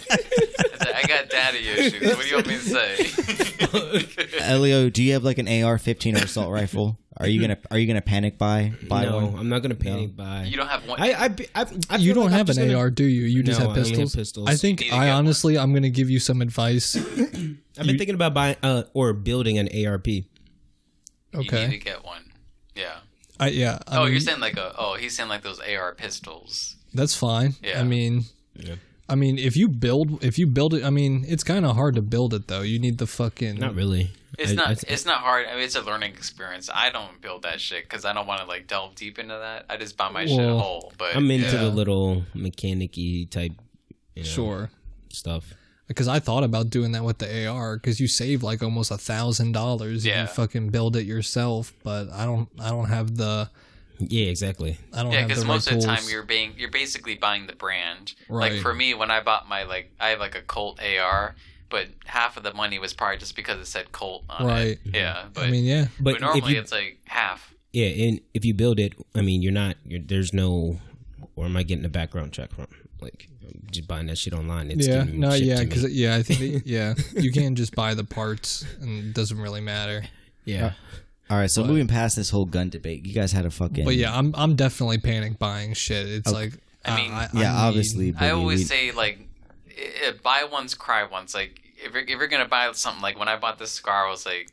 C: I got daddy issues. What do you want me to
B: [laughs]
C: say?
A: Elio, do you have like an AR-15 or assault rifle? Are you gonna are you gonna panic buy buy
D: no,
A: one?
D: I'm not gonna panic buy.
C: You don't have one.
D: I, I, I, I
B: You
D: feel
B: don't
D: like I'm
B: have
D: just
B: an
D: gonna-
B: AR, do you? You just
D: No,
B: have
D: I only have
B: pistols.
D: pistols.
B: I think
C: You need to
B: I
C: get one.
B: honestly I'm gonna give you some advice.
D: I've been thinking about buying uh, or building an ARP.
C: You need to
B: Okay.
C: get one. Yeah.
B: I, yeah. I
C: Oh,
B: mean,
C: you're saying like a. Oh, he's saying like those AR pistols.
B: That's fine.
C: Yeah.
B: I mean, I mean, if you build, if you build it, I mean, it's kind of hard to build it though. You need the fucking.
D: Not really.
C: It's
D: I-
C: not.
D: I-
C: it's not hard. I mean, it's a learning experience. I don't build that shit because I don't want to like delve deep into that. I just buy my shit
B: Well,
C: whole. But
D: I'm into
B: Yeah.
D: the little mechanic-y type
B: Sure.
D: stuff.
B: Because I thought about doing that with the AR because you save like almost a thousand dollars if
C: Yeah.
B: you fucking build it yourself. But I don't. I don't have the.
D: Yeah, exactly.
B: I don't
C: yeah,
B: have the
C: because
B: right
C: most of the time
B: tools.
C: you're being you're basically buying the brand.
B: Right.
C: Like for me, when I bought my like I have like a Colt AR, but half of the money was probably just because it said Colt on
B: Right.
C: it. Yeah, but,
B: I mean, yeah.
C: but,
D: But, if
C: normally
D: you,
C: it's like half.
D: yeah, and if you build it, I mean, you're not. You're, there's no. Where am I getting a background check from? Like, I'm just buying that shit online. It's
B: Yeah.
D: getting
B: No.
D: shipped
B: Yeah.
D: to me.
B: Because yeah,
A: [laughs]
B: I think yeah, you can just buy the parts and it doesn't really matter.
D: yeah,
A: All right, so moving past this whole gun debate, you guys had a fucking
B: But yeah, I'm I'm definitely panic buying shit. It's like
C: I mean,
A: yeah,
B: need-
A: obviously.
C: I
A: but we-
C: always
A: we-
C: say like, i- i- buy once, cry once. Like if you're, if you're gonna buy something, like when I bought this scar, I was like,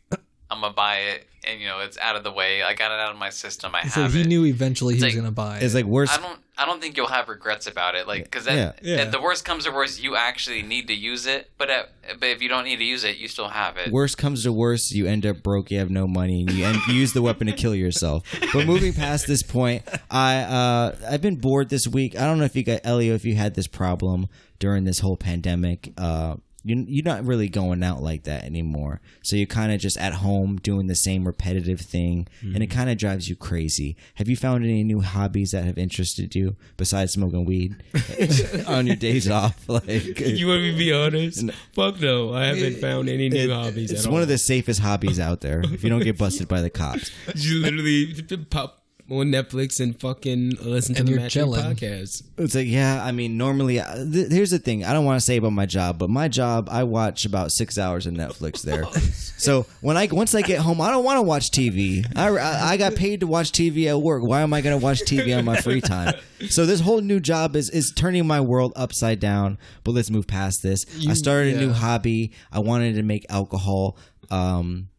C: I'm gonna buy it, and you know it's out of the way. I got it out of my system. I
B: So
C: have
B: he
C: it.
B: knew eventually he
C: It's
B: was
C: like-
B: gonna buy it.
A: it's like worst.
C: I don't. I don't think you'll have regrets about it. Like, because at,
B: Yeah. Yeah.
C: at the worst comes to worst, you actually need to use it. But at, but if you don't need to use it, you still have it.
A: Worst comes to worst, you end up broke. You have no money, and you, end, you use the weapon to kill yourself. But moving past this point, I uh, I've been bored this week. I don't know if you got Elio, if you had this problem during this whole pandemic. Uh, you, you're not really going out like that anymore. So you're kind of just at home doing the same repetitive thing, and it kind of drives you crazy. Have you found any new hobbies that have interested you besides smoking weed [laughs] on your days off? Like
D: You want me to be honest? Fuck no, I haven't found any new hobbies.
A: It's
D: at
A: one
D: all.
A: of the safest hobbies out there. If you don't get busted by the
D: [laughs]
A: cops,
D: You literally pop on Netflix and fucking listen to
B: And
D: the
B: you're
D: Matchmade
B: chilling.
D: podcast.
A: it's like yeah. I mean, normally uh, th- here's the thing. I don't want to say about my job, but my job, I watch about six hours of Netflix
D: [laughs]
A: there.
D: Oh,
A: so when I once I get home, I don't want to watch TV. I, I I got paid to watch TV at work. Why am I going to watch TV on my free time? So this whole new job is is turning my world upside down. But let's move past this. I started a new
B: yeah.
A: hobby. I wanted to make alcohol. Um,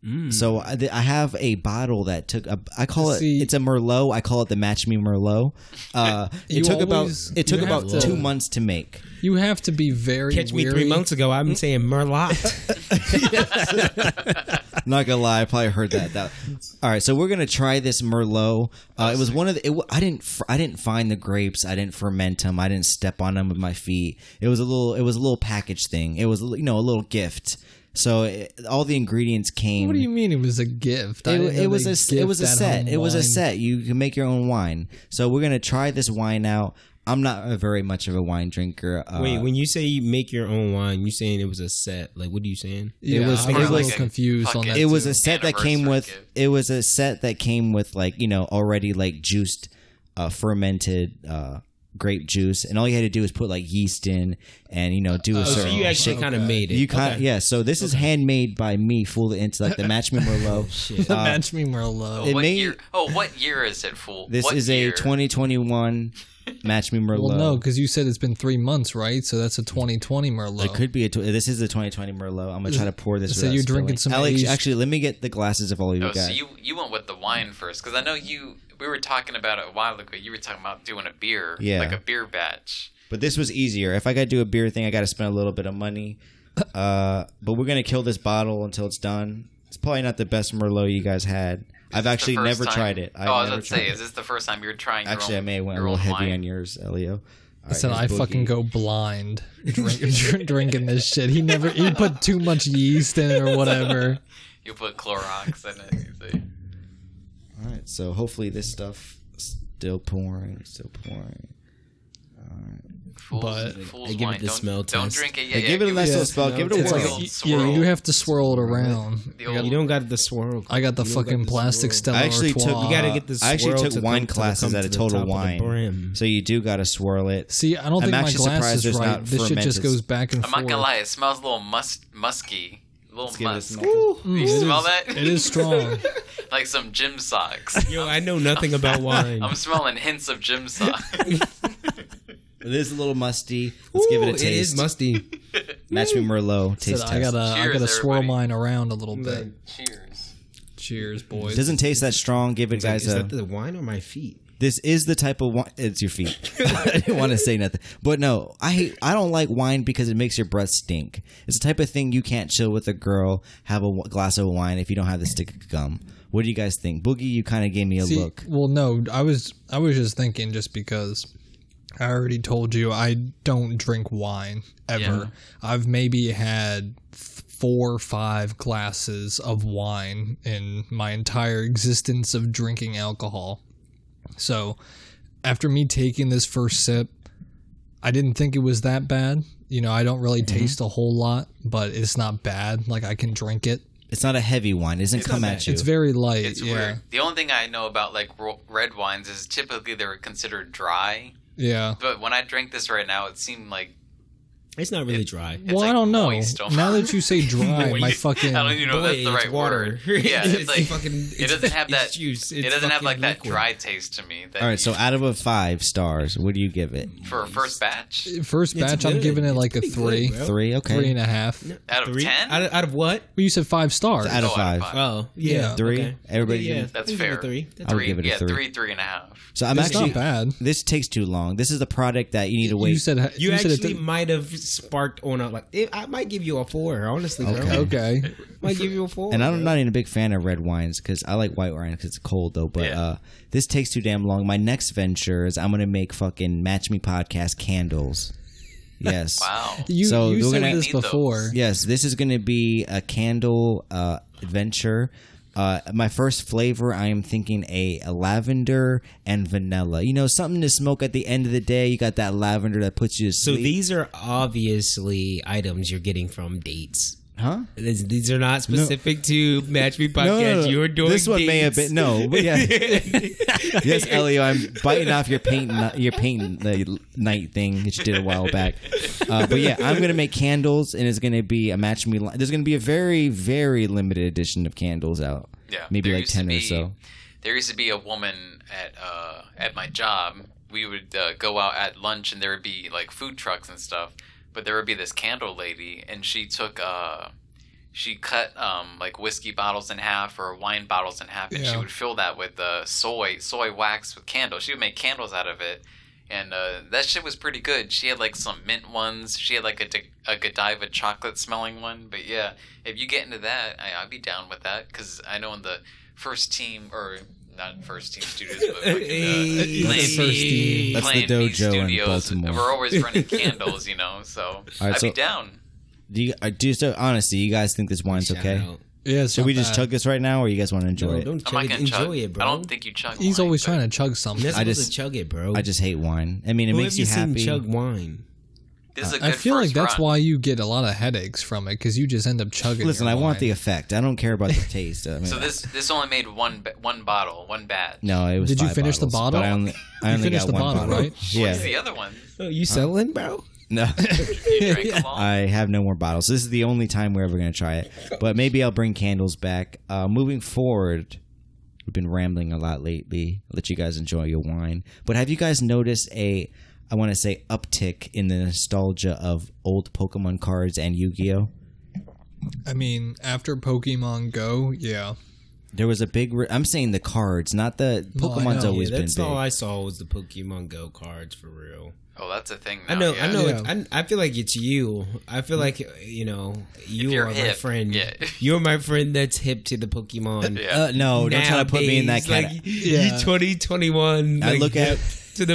B: Hmm.
A: So I, th- I have a bottle that took a, I call it
B: See-
A: it's a Merlot. I call it the Match Me Merlot.
B: [laughs]
A: Uh,
B: You
A: it took
B: always-
A: about it took
B: you
A: about
B: have to-
A: two months to make.
B: You have to be very
D: Catch me
B: weary. Mm-hmm.
D: three months ago. I've been saying
B: [laughs]
D: Merlot.
A: Not gonna lie, I probably heard that.
B: [laughs]
A: that all right, so we're gonna try this Merlot.
B: Oh,
A: Uh, it was one of the. It, wa- I didn't. fr- I didn't find the grapes. I didn't ferment them. I didn't step on them with my feet. It was a little. It was a little package thing. It was a li- you know a little gift. So it, all the ingredients came.
B: What do you mean it was a gift? I didn't
A: It,
B: know
A: it was
B: they
A: a
B: gift
A: it was a
B: that
A: set.
B: home
A: It was a
B: wine. [laughs]
A: set. You can make your own wine. So we're gonna try this wine out. I'm not a very much of a wine drinker. Uh,
D: Wait, when you say you make your own wine, you saying it was a set? Like, what are you saying?
B: Yeah,
A: was-
B: I
A: it
B: was a
A: was-
B: little confused on
C: fucking-
B: that.
A: it was
B: too.
A: a set that came
C: Anniversary
A: with
C: gift.
A: it was a set that came with like you know already like juiced, uh, fermented uh, grape juice, and all you had to do is put like yeast in, and you know do a
D: so
A: certain.
D: you actually
B: Oh,
A: shape.
D: kind of made it.
A: You kind
D: Okay.
A: yeah. So this is handmade by me, fool it into like the Matchman Merlot. Uh,
B: The match me Merlot.
A: it
C: what
A: may-
C: year? Oh, what year is it, fool?
A: This
C: What
A: is
C: year?
A: a 2021 Match Me Merlot.
B: well, no, because you said it's been three months, right? So that's a 2020 Merlot.
A: It could be a. Tw- this is the 2020 Merlot. I'm gonna try to pour this.
B: So
A: without
B: you're drinking
A: spilling.
B: some
A: Alex,
B: aged-
A: actually, let me get the glasses of all you
C: Oh,
A: guys.
C: so you you went with the wine first because I know you. We were talking about it a while ago. You were talking about doing a beer,
A: Yeah.
C: like a beer batch.
A: but this was easier. If I gotta do a beer thing, I gotta spend a little bit of
B: [coughs]
A: money. Uh, but we're gonna kill this bottle until it's done. It's probably not the best Merlot you guys had. I've
C: This
A: actually
C: is the first
A: never
C: time-
A: tried it. I've
C: oh, I was
A: never
C: about to say,
A: tried
C: is this the first time you're trying? Your
A: Actually,
C: own,
A: I may have went a
C: your
A: little
C: own
A: heavy
C: wine?
A: on yours, Elio. All right,
B: Listen,
A: here's
B: I
A: Boogie.
B: fucking go
A: [laughs]
B: blind drink, [laughs] dr- drinking this shit. He never he put too much yeast in it or whatever.
C: You put Clorox in it. you see.
A: All right, so hopefully this stuff still pouring, still pouring.
C: Fools,
B: But-
C: fools
D: I give it
C: wine.
D: the
C: don't,
D: smell
C: Don't
D: test.
C: drink it. Yeah,
A: Hey,
C: yeah,
A: give it a nice
B: Yeah,
A: little spell. Give it a
B: It's
C: the
A: whirl.
C: old
B: like, yeah, you
C: swirl.
B: have to swirl it around.
C: The old,
D: You don't got the swirl.
B: I got the
D: You don't
B: fucking plastic
D: swirl.
B: Stella
A: I actually took-
B: Artois.
A: You
D: You got to get the
A: I actually
D: swirl
A: took
D: to
A: wine
D: come- to
A: classes
D: come
A: at
D: to
A: a
D: the
A: Total
D: top of the
A: Wine.
D: brim.
A: So you do gotta swirl it.
B: See, I don't
A: I'm
B: think my
A: actually
B: glass
A: surprised
B: is
A: there's
B: right.
A: not
B: This shit just
A: fermented.
B: goes back and
C: I'm
B: forth.
C: not gonna lie. It smells a little mus musky. A little
A: give it a
C: musk.
A: smell.
C: you
B: It
C: smell
B: is-
C: that?
B: It
A: [laughs]
B: is strong.
C: like some gym socks.
D: Yo, I know nothing about
C: [laughs]
D: wine.
C: I'm smelling hints of gym socks.
A: [laughs] It is a little musty. Let's give it a
D: Ooh,
A: taste.
D: It is musty.
A: Match me Merlot taste
B: Said,
A: test.
B: I gotta I
C: Cheers,
B: gotta swirl
C: everybody.
B: mine around a little bit.
C: Cheers.
B: Cheers, boys.
A: It doesn't taste that strong. Give it guys
D: Is
A: a.
D: that the wine or my feet?
A: this is the type of wine. It's your feet. [laughs] I didn't want to say nothing, but no, I hate. I don't like wine because it makes your breath stink. It's the type of thing you can't chill with a girl. Have a w- glass of wine if you don't have the stick of gum. What do you guys think, Boogie? You kind of gave me a
B: See,
A: look.
B: Well, no, I was I was just thinking just because I already told you I don't drink wine ever. I've maybe had th- four or five glasses of wine in my entire existence of drinking alcohol. So, after me taking this first sip, I didn't think it was that bad. You know, I don't really taste a whole lot, but it's not bad. Like I can drink it.
A: It's not a heavy wine. It doesn't come at you.
B: It's very light.
C: It's
B: yeah.
C: weird. The only thing I know about like ro- red wines is typically they're considered dry.
B: Yeah.
C: But when I drink this right now, it seemed like
D: It's not really dry.
B: well, I
C: like
B: don't know.
C: moist almost.
B: Now that you
C: [laughs]
B: say dry, my fucking
C: I don't even know if that's the
D: Boy,
C: right
D: it's water.
C: word. Yeah, it's,
D: [laughs] It's
C: like
D: fucking-
C: it
D: it's-
C: doesn't have
D: [laughs] it's
C: that
D: juice.
C: it
D: It's
C: doesn't have like
D: fucking
C: that
D: liquid.
C: dry taste to me. That
A: All right, so out of a five stars, what do you give it?
C: for a first batch
B: first
D: It's
B: batch, I'm
D: good.
B: giving it
D: It's
B: like a
D: pretty good,
B: three,
D: bro.
A: Three, okay.
B: three and a half.
C: out of
D: Three?
C: ten,
D: Out of, out of what?
B: Well, you said five stars.
A: Out of
C: Oh, out
A: five.
C: of five.
D: Oh, yeah.
B: Yeah.
A: Three?
D: Okay.
A: Everybody give it-
C: That's
D: I'll give it
C: fair.
D: Three. That's
A: I would
C: three,
A: give it a
C: yeah,
A: three.
C: three, three and a half.
A: So I'm
B: It's
A: actually
B: not bad.
A: This takes too long. This is a product that you need to wait.
B: You said
D: You,
B: said it
D: actually
B: did-
D: might have sparked on a like. It, I might give you a four, honestly. Bro.
A: Okay.
B: okay.
D: might give you a four.
A: and I'm
D: bro.
A: not even a big fan of red wines because I like white wine because it's cold though. But
C: Yeah.
A: uh, this takes too damn long. My next venture is I'm gonna make fucking Match Me podcast candles. Yes.
C: Wow.
B: You
A: So
B: you
A: we're
B: said
A: gonna-
B: this
C: Need those.
B: before.
A: Yes, this is going to be a candle uh, adventure. Uh, my first flavor, I am thinking a, a lavender and vanilla. You know, something to smoke at the end of the day. You got that lavender that puts you to
D: So
A: sleep.
D: these are obviously items you're getting from dates.
A: huh?
D: These these are not specific to
A: [laughs]
D: Match Me podcast. You're doing
A: this one may have
D: dates.
A: been no. But yeah. yes, Elio, I'm biting off your paint ni- your paint the night thing that you did a while back. Uh, but yeah, I'm gonna make candles, and it's gonna be a match me. Li- There's gonna be a very very limited edition of candles out.
C: Yeah,
A: maybe
C: there
A: like
C: used to
A: ten or
C: be-
A: so.
C: There used to be a woman at uh, at my job. We would uh, go out at lunch, and there would be like food trucks and stuff. But there would be this candle lady, and she took uh, she cut um, like whiskey bottles in half or wine bottles in half, and she
B: Yeah.
C: would fill that with uh, soy soy wax with candles. She would make candles out of it, and uh, that shit was pretty good. She had like some mint ones. She had like a, Di- a Godiva chocolate smelling one. But yeah, if you get into that, I, I'd be down with that because I know in the first team or not first team studios,
D: [laughs]
C: but fucking,
D: [laughs] Hey.
C: uh, Plan
B: That's the first
C: B-
B: team.
A: That's the
C: Plan B
A: dojo in
C: studios,
A: Baltimore.
C: We're always running candles, you know. So
A: right,
C: I'd
A: so-
C: be down.
A: Do you uh, do you so honestly? You guys think this wine's
D: Shout
A: okay?
D: out. Uh,
B: Yeah. Should
A: Should we just chug this right now, or you guys want to enjoy
D: No,
A: it?
D: don't
C: I'm
D: chug
C: not
D: it.
C: gonna
D: Enjoy
C: chug.
D: it, bro.
C: I don't think you chug.
B: He's
C: wine,
B: always
C: but
B: trying to chug
D: You're
B: something.
D: not
A: I
D: supposed
A: just-
D: to chug it, bro.
A: I just hate wine. I mean, it
D: Who
A: makes
D: have
A: you
D: seen
A: happy.
D: Chug wine.
C: This is a good
B: I feel
C: first
B: like that's
C: run.
B: why you get a lot of headaches from it because you just end up chugging.
A: Listen,
B: your
A: I want the
B: wine.
A: effect. I don't care about
D: [laughs]
A: the taste. I mean,
C: So this this only made one ba- one bottle, one batch.
A: no, it was.
B: Did you
A: five
B: finish the
A: bottles,
B: bottle?
A: But I only, I
B: You
A: only
B: finished
A: got
B: the
A: one
B: bottle, right?
C: What's
A: Yeah.
C: the other one?
D: Oh, you selling, [laughs] bro?
A: [laughs] No,
B: [laughs]
C: You
A: [laughs]
D: [laughs]
C: drank them all.
A: I have no more bottles. This is the only time we're ever going to try it. But maybe I'll bring candles back. Uh, moving forward, we've been rambling a lot lately. I'll let you guys enjoy your wine. But have you guys noticed a, I want to say, uptick in the nostalgia of old Pokemon cards and Yu Gi Oh?
B: I mean, after Pokemon Go, yeah,
A: There was a big. Re- I'm saying the cards, not the
B: No, I
A: Pokemon's
B: know.
A: always
D: yeah,
A: been
D: that's
A: big.
D: all I saw was the Pokemon Go cards for real.
C: Oh, that's a thing.
D: I
C: now,
D: know, I
C: yeah.
D: know.
B: Yeah.
D: I, I feel like it's you. I feel
A: Mm-hmm.
D: like you know you
C: you're
D: are my
C: hip,
D: friend.
C: yeah.
D: You're my friend that's hip to
A: [laughs]
D: the Pokemon.
C: Yeah.
A: uh, no, don't try to put me in that
D: Nowadays,
A: category.
D: Like,
B: Yeah.
D: You twenty twenty one.
A: I look at-
D: to the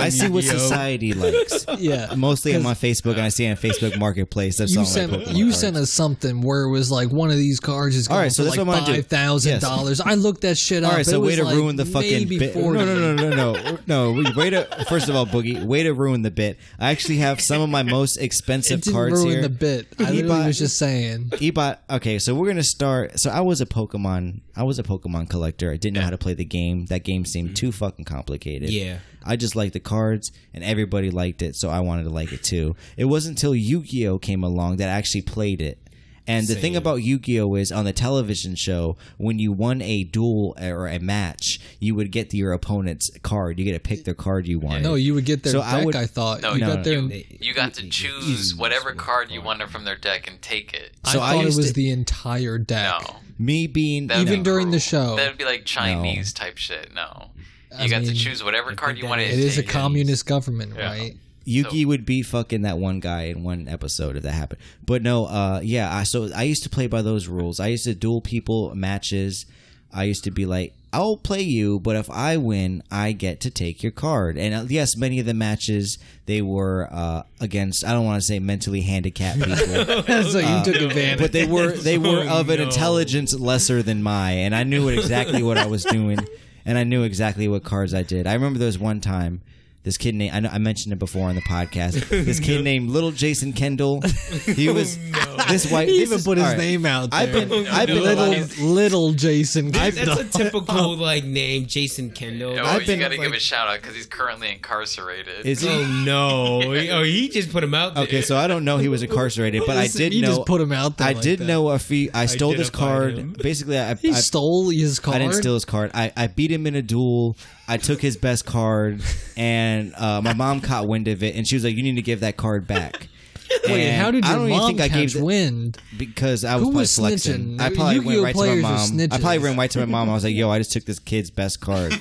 A: [laughs] I see what
D: Yu-Gi-Oh.
A: society likes.
B: yeah.
A: Mostly
D: [laughs]
A: on my Facebook, and I see on Facebook Marketplace. That's
B: You
A: all my
B: sent
A: Pokemon
B: you
A: cards.
B: sent us something where it was like one of these cards is going
A: All right, so
B: for
A: that's what I'm
B: like
A: gonna do.
B: five thousand dollars. I looked that shit up.
A: All right,
B: It
A: so way
B: was
A: to
B: like
A: ruin the fucking
B: maybe
A: bit. No,
B: 40.
A: no, no, no, no, [laughs] no. we- Way to first of all, Boogie. Way to ruin the bit. I actually have some of my most
B: [laughs] It
A: expensive
B: didn't
A: cards
B: ruin
A: here.
B: the bit.
A: He
B: I literally
A: bought-
B: was just saying.
A: Ebot. Okay, so we're gonna start. So I was a Pokemon. I was a Pokemon collector. I didn't know how to play the game. That game
B: Mm-hmm.
A: seemed too fucking complicated.
D: Yeah.
A: I just liked the cards, and everybody liked it, so I wanted to like it too. It wasn't until Yu Gi Oh came along that I actually played it. And the thing about Yu Gi Oh is on the television show, when you won a duel or a match, you would get your opponent's card. You get to pick the card you wanted.
B: No, you would get their
A: So
B: deck.
A: I
B: I,
A: would-
B: thought
C: No,
B: you
C: no,
B: got their.
C: you got to choose whatever card you wanted from their deck and take it.
B: I
A: So I
B: thought it
A: used
B: was
A: to-
B: the entire deck.
C: No,
A: me being
C: That would
B: Even
C: be
B: during the
C: cruel.
B: show.
C: that would be like Chinese type shit. No, you
B: I
C: got to
B: mean,
C: choose whatever card you
D: that
C: wanted.
B: It
C: to
B: is a
C: take.
B: communist government,
C: Yeah. [laughs]
B: right?
A: Yuki would be fucking that one guy in one episode if that happened. But no, uh, yeah. I, so I used to play by those rules. I used to duel people matches. I used to be like, I'll play you, but if I win, I get to take your card. And uh, yes, many of the matches they were uh, against. I don't want to say mentally handicapped people,
B: [laughs] so you
C: [laughs]
B: took advantage.
A: Uh, but they
B: [laughs]
A: were they were
D: Oh,
A: of an
D: no.
A: intelligence lesser than my, and I knew what- exactly what I was doing, and I knew exactly what cards I did. I remember there was one time. This kid named I, know, I mentioned it before on the podcast. This
B: [laughs]
A: kid named Little Jason Kendall. He was this white.
B: Oh, he
A: this
B: even
A: is-
B: put his
A: all right.
B: name out there.
A: I've been I've been
B: little, little Jason.
D: That's a
B: [laughs]
D: typical like name, Jason Kendall.
C: Oh,
A: I've
C: you
A: been-
C: got to give
D: like-
C: a shout out because he's currently incarcerated.
A: is he
D: Oh no! Oh, he just put him out there.
A: okay? So I don't know he was incarcerated, but I
B: Listen,
A: did
B: you
A: know.
B: just put him out there
A: I
B: like
A: did
B: that.
A: know if he. I stole this
D: Identified
A: card.
D: him.
A: Basically, I,
B: He
A: I,
B: stole his card.
A: I didn't steal his card. I, I beat him in a duel. I took his best card, and uh, my mom caught wind of it, and she was like, "You need to give that card back."
B: [laughs] Wait,
A: And
B: how did your
A: I don't
B: mom
A: even think I gave
B: catch
A: the-
B: wind?
A: because I was
B: Who
A: probably
B: was
A: flexing.
B: snitching?
A: I probably went
B: Yu-Gi-Oh
A: right to my
B: players are
A: mom. I probably
B: snitches.
A: ran right to my mom. I was like, "Yo, I just took this kid's best
B: [laughs]
A: card,"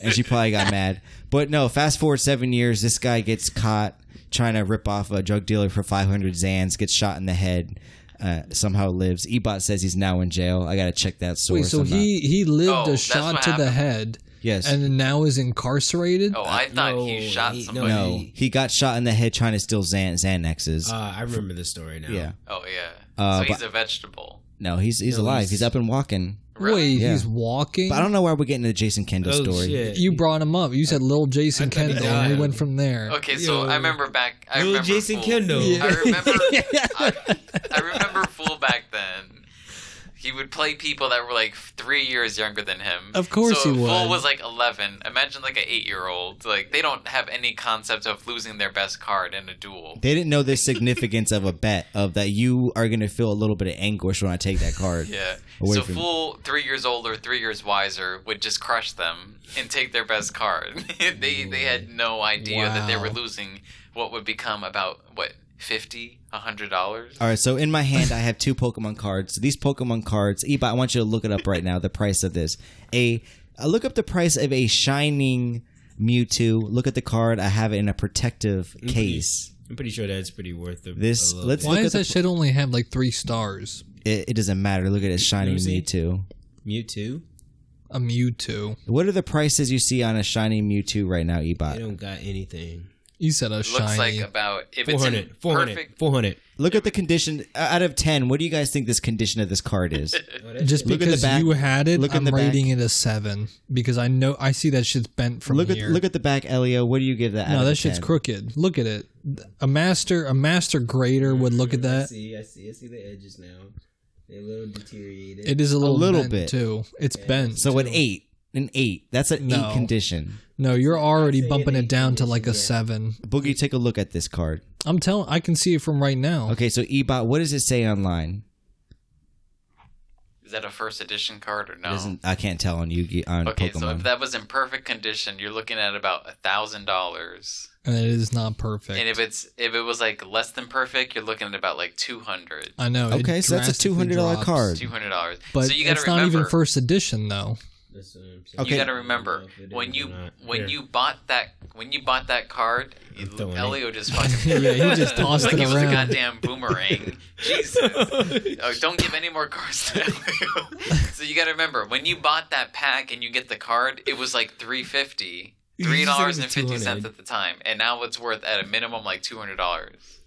A: and she probably got mad. But no, fast forward seven years, this guy gets caught trying to rip off a drug dealer for 500 zans, gets shot in the head. Uh, somehow lives. Ebot says he's now in jail. I gotta check that source.
B: Wait, so
A: I'm not-
B: he he
C: Oh,
B: lived a
C: that's
B: shot
C: what
B: to the
C: happened.
B: head.
A: Yes.
B: and now is incarcerated.
C: oh, I thought he
D: no,
C: shot
D: he- no,
C: somebody.
A: No, he got shot in the head trying to steal Xan- Xanaxes.
D: Uh, I remember the story now.
A: yeah.
C: Oh yeah.
A: Uh,
C: so he's a vegetable.
A: No, he's he's alive. He's up and walking.
B: Wait,
A: Yeah.
B: he's walking.
A: But I don't know why we're getting the Jason Kendall
D: Oh
A: story.
D: shit!
B: you brought him up. You said little Jason
D: thought he
B: Kendall, and we
D: died.
B: went from there.
C: Okay, so
D: Yo.
C: I remember back. I
D: Little
C: remember
D: Jason
C: Fool.
D: Kendall.
C: I remember.
B: [laughs]
C: I, I remember Fool back then. He would play people that were like three years younger than him.
B: Of course he
C: so if Fool
B: would.
C: was like eleven. Imagine like an eight-year-old. Like they don't have any concept of losing their best card in a duel.
A: They didn't know the significance of a bet of that you are going to feel a little bit of anguish when I take that card.
C: Yeah.
A: Away
C: so
A: from-
C: Fool, three years older, three years wiser, would just crush them and take their best card. [laughs] they they had no idea that they
B: Wow.
C: were losing what would become about what fifty, a hundred dollars.
A: All right, so in my hand I have two Pokemon cards. These Pokemon cards, Eba, I want you to look it up right now. The price of this, a uh, look up the price of a shining Mewtwo. Look at the card. I have it in a protective
D: Mm-hmm.
A: case.
D: I'm pretty sure that's pretty worth the
A: This-
D: a little
A: let's-
D: bit.
B: Why
A: look
B: does
A: at
B: that
A: the-
B: shit only have like three stars?
A: It, it doesn't matter. Look at a shiny
D: see.
A: Mewtwo.
D: Mewtwo.
B: A Mewtwo.
A: What are the prices you see on a shiny Mewtwo right now, Ebot?
D: They don't got anything.
B: You said a
C: It looks
B: Oh, shiny.
C: like about if it's in
D: 400, 400,
C: perfect
D: 400.
A: Look at the condition uh, out of 10. What do you guys think this condition of this card is?
D: Oh,
B: just
A: Look at the
B: because
A: back.
B: you had it,
A: Look at
B: I'm
A: the back.
B: rating it a seven because I know I see that shit's bent from
A: look at
B: here.
A: look at the back, Elio. What do you give that? out
B: no,
A: of
B: that
A: a
B: shit's
A: 10?
B: crooked. Look at it. A master, a master grader would look at that.
D: see, I see, I see the edges now. They're a little deteriorated.
B: It is a little,
A: little
B: bent,
A: bit.
B: too. It's bent.
A: So an eight, an eight. That's an
B: No.
A: eight condition.
B: no, you're already
D: Say an
B: bumping it
D: eight
B: down to
D: condition,
B: like a
D: yeah.
B: seven.
A: Boogie, take a look at this card.
B: I'm telling. I can see it from right now.
A: Okay, so Ebot, what does it say online?
C: Is that a first edition card or no?
A: Doesn't- I can't tell on Yu on
C: okay,
A: Pokemon.
C: so if that was in perfect condition, you're looking at about a thousand dollars.
B: And it is not perfect.
C: And if it's if it was like less than perfect, you're looking at about like two hundred.
B: I know. it
A: okay, so that's a
B: drastically
A: two hundred dollar
B: drops.
A: card.
C: Two hundred dollars.
B: But
C: so you gotta
B: it's
C: remember
B: not even first edition though.
D: okay.
A: Okay.
C: You got to remember when you when you bought that when you bought that card, you-
D: throwing it.
B: [laughs]
C: Elio just fucking
B: Yeah, he just tossed
C: [laughs] like
B: it
C: it was a
B: around.
C: goddamn
D: [laughs]
C: boomerang. [laughs] Jesus! Oh, don't give any more cards to Elio. so you got to remember when you bought that pack and you get the card, it was like three fifty.
D: You
C: Three
D: just
C: dollars and
D: said it was
C: fifty cents
D: 200.
C: at the time, and now it's worth at a minimum like two hundred dollars.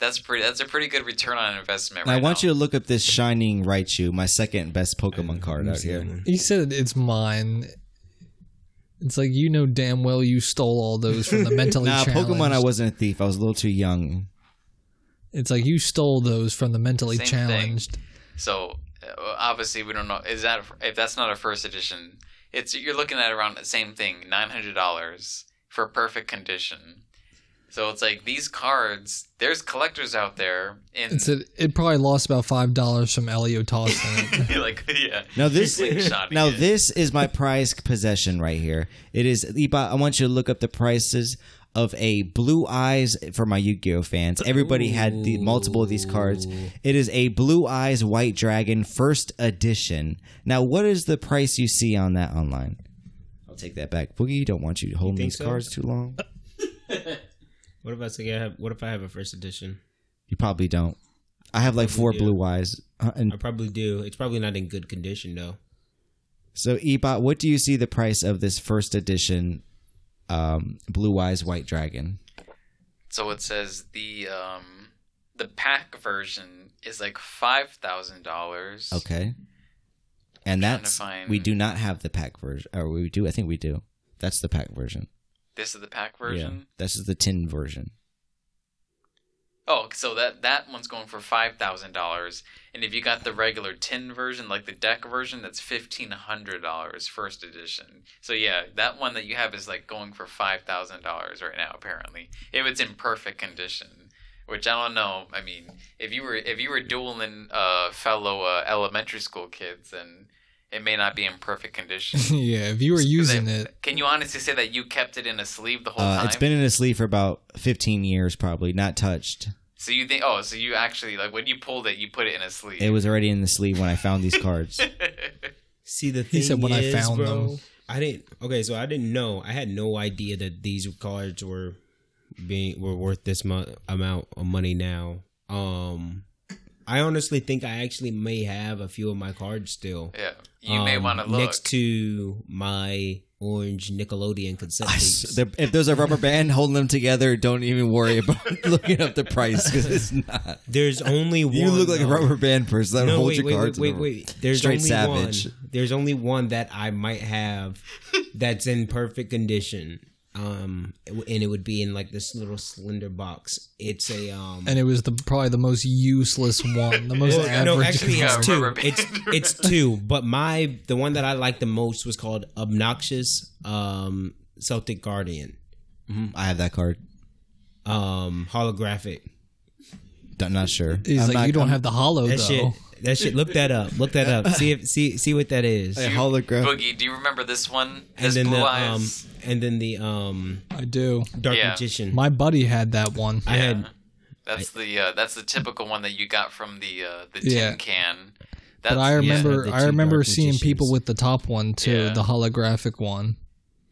C: That's pretty. That's a pretty good return on investment.
A: Now,
C: Right
A: I want
C: now.
A: you to look up this shining Raichu, my second best Pokemon card out here.
B: He said it's mine. It's like you know damn well you stole all those from the
A: [laughs]
B: mentally
A: Nah,
B: challenged.
A: Pokemon, I wasn't a thief. I was a little too young.
B: It's like you stole those from the mentally
C: Same thing.
B: challenged.
C: So uh, obviously, we don't know. Is that if that's not a first edition? It's you're looking at around the same thing, nine hundred dollars for perfect condition. So it's like these cards. There's collectors out there, and
B: It's a, it probably lost about five dollars from Elio tossing
C: [laughs]
B: it. [laughs]
C: like yeah.
A: Now this,
C: Slingshotting
A: now
C: it.
A: this is my prized possession right here. It is Ebot. I want you to look up the prices of a Blue Eyes for my Yu-Gi-Oh fans. Everybody had the multiple of these cards. It is a Blue Eyes White Dragon first edition. Now, what is the price you see on that online? I'll take that back. Boogie, don't want you holding
D: think
A: these
D: so?
A: cards too long.
D: What if I say I have? What if I have a first edition?
A: You probably don't. I have like four
D: do.
A: Blue Eyes. Uh,
D: I
A: and
D: probably do. It's probably not in good condition though.
A: so, Ebot, what do you see the price of this first edition um, Blue Eyes White Dragon?
C: So it says the um the pack version is like five thousand dollars.
A: Okay. And
C: trying to
A: that's
C: find-
A: we do not have the pack version, or we do. I think we do. That's the pack version.
C: This is the pack version.
A: This is the tin version.
C: Oh, so that that one's going for five thousand dollars, and if you got the regular tin version, like the deck version, that's fifteen hundred dollars first edition. So yeah, that one that you have is like going for five thousand dollars right now. Apparently, if it's in perfect condition, which I don't know. I mean, if you were if you were dueling uh, fellow uh, elementary school kids, then it may not be in
A: [laughs]
C: perfect condition.
B: yeah, if you were using
C: Then-
B: it,
C: Can you honestly say that you kept it in a sleeve the whole
A: Uh,
C: time?
A: it's been in a sleeve for about fifteen years, probably not touched.
C: So you think? Oh, so you actually like when you pulled it, you put it in a sleeve.
A: It was already in the sleeve when I found these
C: [laughs]
A: cards.
D: See the thing
B: He said when I
D: is,
B: found
D: bro,
B: them.
D: I didn't. Okay, so I didn't know. I had no idea that these cards were being were worth this mu- amount of money now. Um, I honestly think I actually may have a few of my cards still.
C: Yeah, you may
D: um,
C: want to look.
D: next to my orange Nickelodeon cassette. tapes.
A: There- if there's a rubber band holding them together, don't even worry about [laughs] looking up the price because it's not.
D: There's only one.
A: You look like a
D: though.
A: rubber band person. That
D: No,
A: hold
D: wait,
A: your
D: wait,
A: cards.
D: wait,
A: in
D: wait,
A: the-
D: wait. There's
A: Straight
D: only
A: savage.
D: one. There's only one that I might have that's in perfect condition. Um, and it would be in like this little slender box. It's a um.
B: and it was the probably the most useless one, the most
D: [laughs] Well,
B: average.
D: no, actually,
C: [laughs] Yeah,
D: it's two.
C: rubber band.
D: It's it's two. But my the one that I liked the most was called Obnoxious um, Celtic Guardian
A: Mhm, I have that card.
D: um, holographic.
A: I'm not sure.
B: [laughs] He's
A: I'm
B: like
A: not-
B: you don't have the hollow
D: That
B: though.
D: shit. That shit. Look that up. Look that up. See if see see what that is.
A: Hey, holograph.
C: Boogie, do you remember this one?
D: And
C: This
D: then
C: blue
D: the um,
C: eyes.
D: and then the um,
B: I do.
D: Dark
C: Yeah.
D: Magician.
B: My buddy had that one.
D: I had
C: that's the uh, that's the typical one that you got from the uh, the tin
B: Yeah.
C: can. That's,
B: But I remember,
D: the two
B: I remember
D: dark
B: seeing
D: magicians.
B: people with the top one too,
C: Yeah.
B: the holographic one.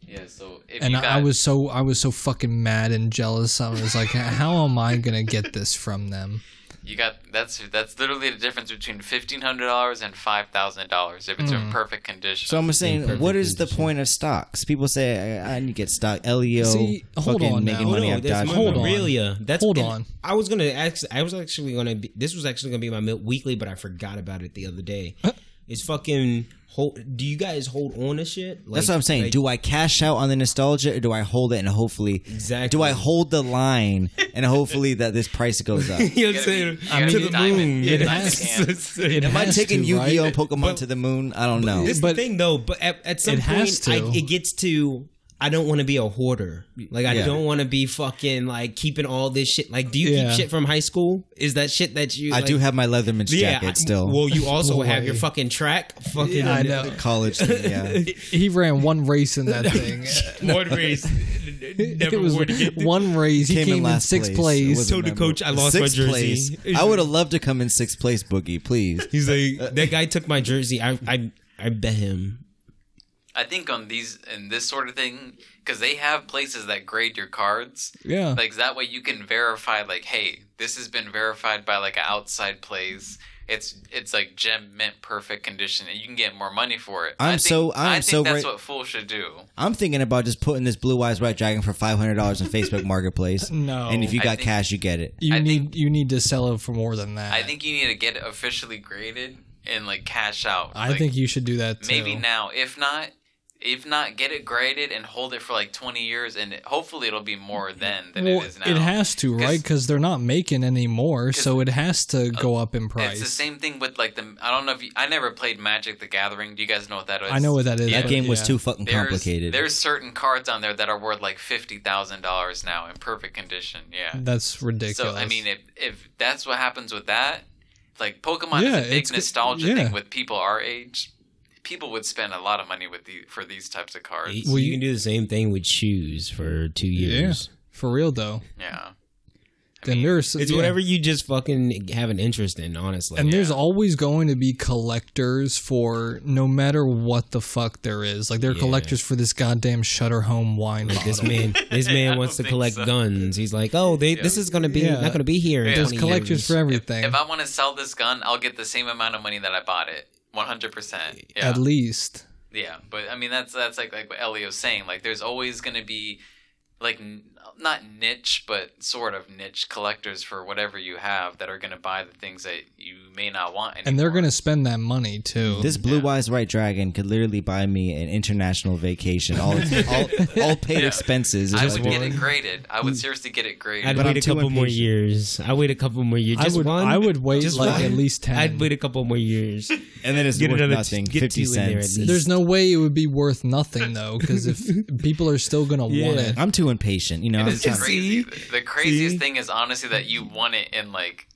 C: yeah. So if
B: and
C: you
B: I-
C: got,
B: I was so I was so fucking mad and jealous. I was like, how am I gonna get this from them?
C: You got that's that's literally the difference between fifteen hundred dollars and five thousand dollars if it's
D: Hmm.
C: in perfect condition.
A: So I'm saying, what is the point of stocks? People say I, I need to get stock. Leo,
B: See, hold
A: fucking
B: on
A: making
B: now.
A: money
B: No,
A: off
D: that's
A: Dodge.
D: my
B: Hold on.
D: Morelia. That's
B: Hold
D: and
B: on.
D: I was gonna ask. I was actually gonna. Be, this was actually gonna be my mil- weekly, but I forgot about it the
B: [laughs]
D: other day. It's fucking. Hold, do you guys hold on to shit? Like,
A: That's what I'm saying.
D: like,
A: do I cash out on the nostalgia, or do I hold it and hopefully?
D: Exactly.
A: Do I hold the line and hopefully that this price goes up?
D: [laughs] you know what
C: You gotta be-
D: I'm saying?
C: you gotta
D: to
C: be
D: the
C: diamond-
D: moon.
C: yeah,
D: you know?
C: diamond hand.
D: [laughs]
B: It
A: Am I
B: has
A: taking
B: to,
A: Yu Gi Oh
B: right?
A: Pokemon to the moon? I don't know.
D: This is
B: But-
D: the thing, though. But at, at some
B: It has
D: point, I,
B: to.
D: it gets to I don't want to be a hoarder. Like I
A: Yeah.
D: don't want to be fucking like keeping all this shit. Like, do you
B: Yeah.
D: keep shit from high school? Is that shit that you?
A: I
D: like-
A: do have my Leatherman's jacket
D: I-
A: still.
D: Well, you also
B: Well,
D: have your
B: like-
D: fucking track. Fucking
B: Yeah, I know.
A: College, thing, yeah.
B: He ran one race in that thing. [laughs]
D: One race.
B: it
D: Never
B: was
D: wore to get
B: one race. He
A: Came in
B: came in
A: last
B: sixth
A: place. It
B: place.
A: wasn't
D: Told the
A: memorable.
D: coach I lost my
A: Sixth
D: jersey.
A: place. I would have loved to come in sixth place, Boogie. Please.
D: He's like, Uh, that guy took my jersey. I, I, I bet him.
C: I think on these and this sort of thing because they have places that grade your cards.
B: Yeah.
C: Like that way you can verify like, hey, this has been verified by like an outside place. It's it's like gem mint perfect condition, and you can get more money for it.
A: I'm
C: I think-
A: so- I'm
C: I think
A: so
C: that's
A: ra-
C: what Fool should do.
A: I'm thinking about just putting this Blue Eyes White Dragon for five hundred dollars on Facebook [laughs] Marketplace.
B: No.
A: and if you
C: I
A: got
C: think-
A: cash, you get it.
B: you
C: I
B: need
C: think-
B: you need to sell it for more than that.
C: I think you need to get it officially graded and like cash out.
B: I
C: Like,
B: think you should do that too.
C: maybe now. If not, if not, get it graded and hold it for like 20 years, and it- hopefully it'll be more then than
B: Mm, Well,
C: it is now.
B: has to, right? Because they're not making any more, so it has to go up in price.
C: It's the same thing with like the. I don't know if you, I never played Magic: The Gathering. Do you guys know what that is?
B: I know what that is.
C: Yeah.
A: That game was
B: yeah.
A: too fucking
C: There's,
A: complicated.
C: There's certain cards on there that are worth like fifty thousand dollars now in perfect condition. Yeah.
B: That's ridiculous.
C: So I mean, if if that's what happens with that, like Pokemon
B: Yeah,
C: is a big
B: it's-
C: nostalgia
B: yeah.
C: thing with people our age. People would spend a lot of money with the for these types of cards.
D: Well,
B: you-
D: you can do the same thing with shoes for two years.
B: for real though,
C: Yeah.
B: then there's
D: It's
B: yeah.
D: whatever you just fucking have an interest in, honestly.
B: And there's always going to be collectors for no matter what the fuck there is. Like there are collectors for this goddamn Shutter Home wine bottle. [laughs]
D: this man, this man wants to
C: think
D: collect
C: so.
D: guns. He's like, oh, they, this is gonna be
B: Yeah.
D: not gonna be here. in
B: There's
D: 20
B: collectors
D: years.
B: for everything,
C: If I want to sell this gun, I'll get the same amount of money that I bought it. One hundred percent. Yeah.
B: at least.
C: Yeah, but I mean that's that's like like what Elio's saying. Like, there's always gonna be like n- not niche, but sort of niche collectors for whatever you have that are gonna buy the things that you may not want. Anymore.
B: And they're gonna spend that money too.
A: This blue eyes white dragon could literally buy me an international vacation,
C: [laughs]
A: all all, all paid expenses. It's
C: I
A: just
C: would get
A: one-
C: it graded. I would seriously get it
D: Mm. I'd
C: graded.
A: But
D: wait
A: I'm
D: a
A: too
D: couple more
A: impatient.
D: years. I wait a couple more years. Just
B: I would
D: one.
B: I would wait
D: Just
B: like
D: one.
B: at least 10
D: I'd wait a couple more years.
A: and then it's
D: Get
A: worth
D: another-
A: nothing.
D: get
A: Fifty
D: two in there at
A: cents.
D: least.
B: There's no way it would be worth nothing though, because [laughs] if people are still gonna want
D: Yeah.
B: it,
A: I'm too impatient. You know, I'm
C: It's
A: trying,
C: crazy. The craziest
D: See?
C: thing is honestly that you won it in like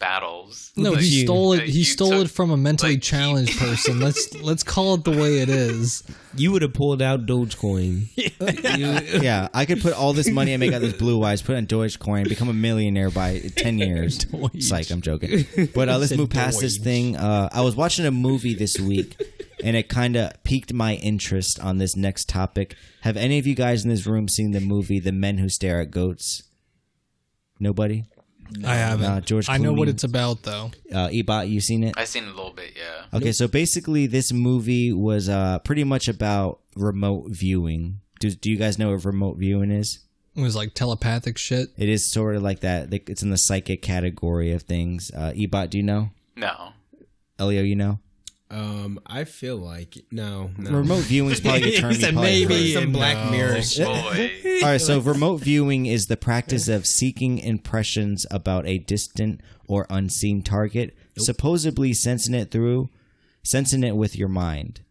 C: battles.
B: No,
C: Like,
B: he
D: you.
B: stole it.
C: Like,
B: He
C: you
B: stole
C: took-
B: it from a mentally
C: like, he-
B: challenged
C: [laughs]
B: person. Let's let's call it the way it [laughs] is.
D: You would have pulled
B: [laughs]
D: out Dogecoin.
A: yeah, I could put all this money I make out of this blue eyes, put it on Dogecoin, become a millionaire by ten years. Psych, I'm joking. But uh, let's move past this thing. Uh, I was watching a movie this week, and it kind of piqued my interest on this next topic. Have any of you guys in this room seen the movie "The Men Who Stare at Goats"? Nobody.
B: I haven't.
A: nah, George
B: I know what
A: Clooney.
B: it's about though.
A: Uh, Ebot, you seen it?
C: I seen a little bit, yeah.
A: Okay, so basically, this movie was uh, pretty much about remote viewing. Do, do you guys know what remote viewing is?
B: It was like telepathic shit.
A: It is sort of like that. like, It's in the psychic category of things. Uh, Ebot, do you know?
C: No.
A: Elio, you know?
D: Um, I feel like no, no.
A: [laughs] Remote viewing is
D: [laughs]
A: probably the term you probably
B: maybe.
A: heard.
D: some Black
B: no.
D: Mirror. shit. [laughs]
C: Boy.
A: All right, so remote viewing is the practice of seeking impressions about a distant or unseen target, supposedly sensing it through, sensing it with your mind.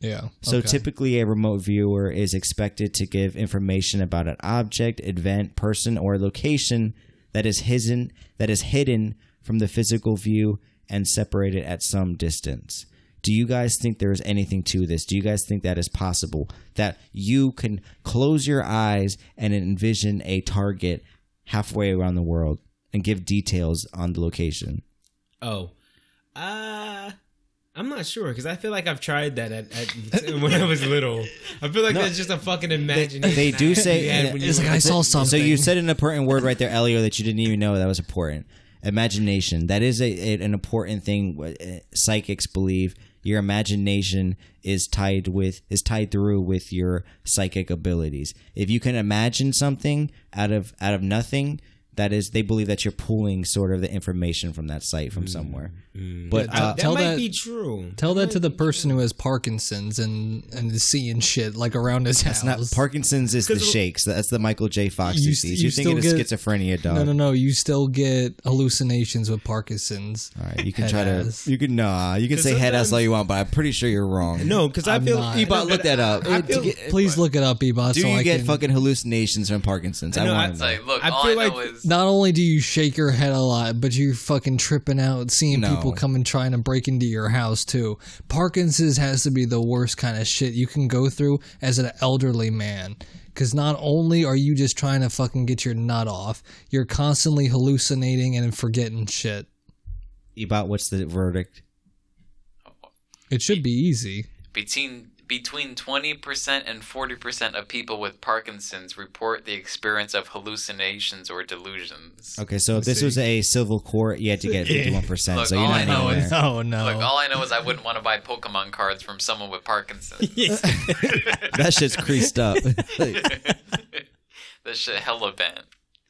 B: Yeah.
A: So
B: okay.
A: typically, a remote viewer is expected to give information about an object, event, person, or location that is hidden that is hidden from the physical view and separated at some distance. Do you guys think there is anything to this? Do you guys think that is possible that you can close your eyes and envision a target halfway around the world and give details on the location?
D: Oh, uh, I'm not sure because I feel like I've tried that at, at, [laughs] when I was little. I feel like that's just a fucking imagination.
A: they do
D: I
A: say-
D: had when you
B: it's
D: were [laughs]
B: like I saw
D: little.
B: something.
A: So you said an important word right there, Elio, that you didn't even know that was important. imagination. That is a, a- an important thing. what, uh, Psychics believe your imagination is tied with is tied through with your psychic abilities. If you can imagine something out of out of nothing, that is they believe that you're pulling sort of the information from that site from somewhere. But
B: Yeah,
A: uh,
B: Tell
D: that might
B: that-
D: be true.
B: Tell that to the person who has Parkinson's and and is seeing shit like around his house.
A: not Parkinson's is the shakes. That's the Michael J. Fox
B: You st-
A: disease.
B: you
A: You're thinking of
B: still get-
A: schizophrenia, dog.
B: no, no, no. You still get hallucinations with Parkinson's.
A: All right, you can
B: Head
A: try
B: ass.
A: to. You can nah. You can say head ass all you want, but I'm pretty sure you're wrong.
D: No, because I
B: I'm
D: feel
B: not.
A: Ebot,
D: [laughs]
A: look that up.
D: I
A: It-
D: feel-
A: to get-
B: Please look it up, Eba.
A: do
B: so
A: you
B: I
A: get
B: can,
A: fucking hallucinations from Parkinson's? I,
D: know,
A: want
D: I-
A: to
C: It's
A: know.
C: like, look,
D: I
C: all I
D: feel
C: know
D: like-
C: is
B: Not only do you shake your head a lot, but you're fucking tripping out seeing
A: No.
B: people come and trying to break into your house too. Parkinson's has to be the worst kind of shit you can go through as an elderly man. Because not only are you just trying to fucking get your nut off, you're constantly hallucinating and forgetting shit.
A: Ebot, what's the verdict?
B: It should be easy.
C: between between 20% and 40% of people with Parkinson's report the experience of hallucinations or delusions.
A: Okay, so if this was a civil court, you had to get 51. percent
C: Look,
A: So you're
C: all
A: not
C: I know
A: even
C: is-
A: there.
B: Oh no.
C: Look, all I know
B: [laughs]
C: is I wouldn't want to buy Pokemon cards from someone with Parkinson's.
A: [laughs] That shit's creased up. [laughs]
C: This shit hella bent.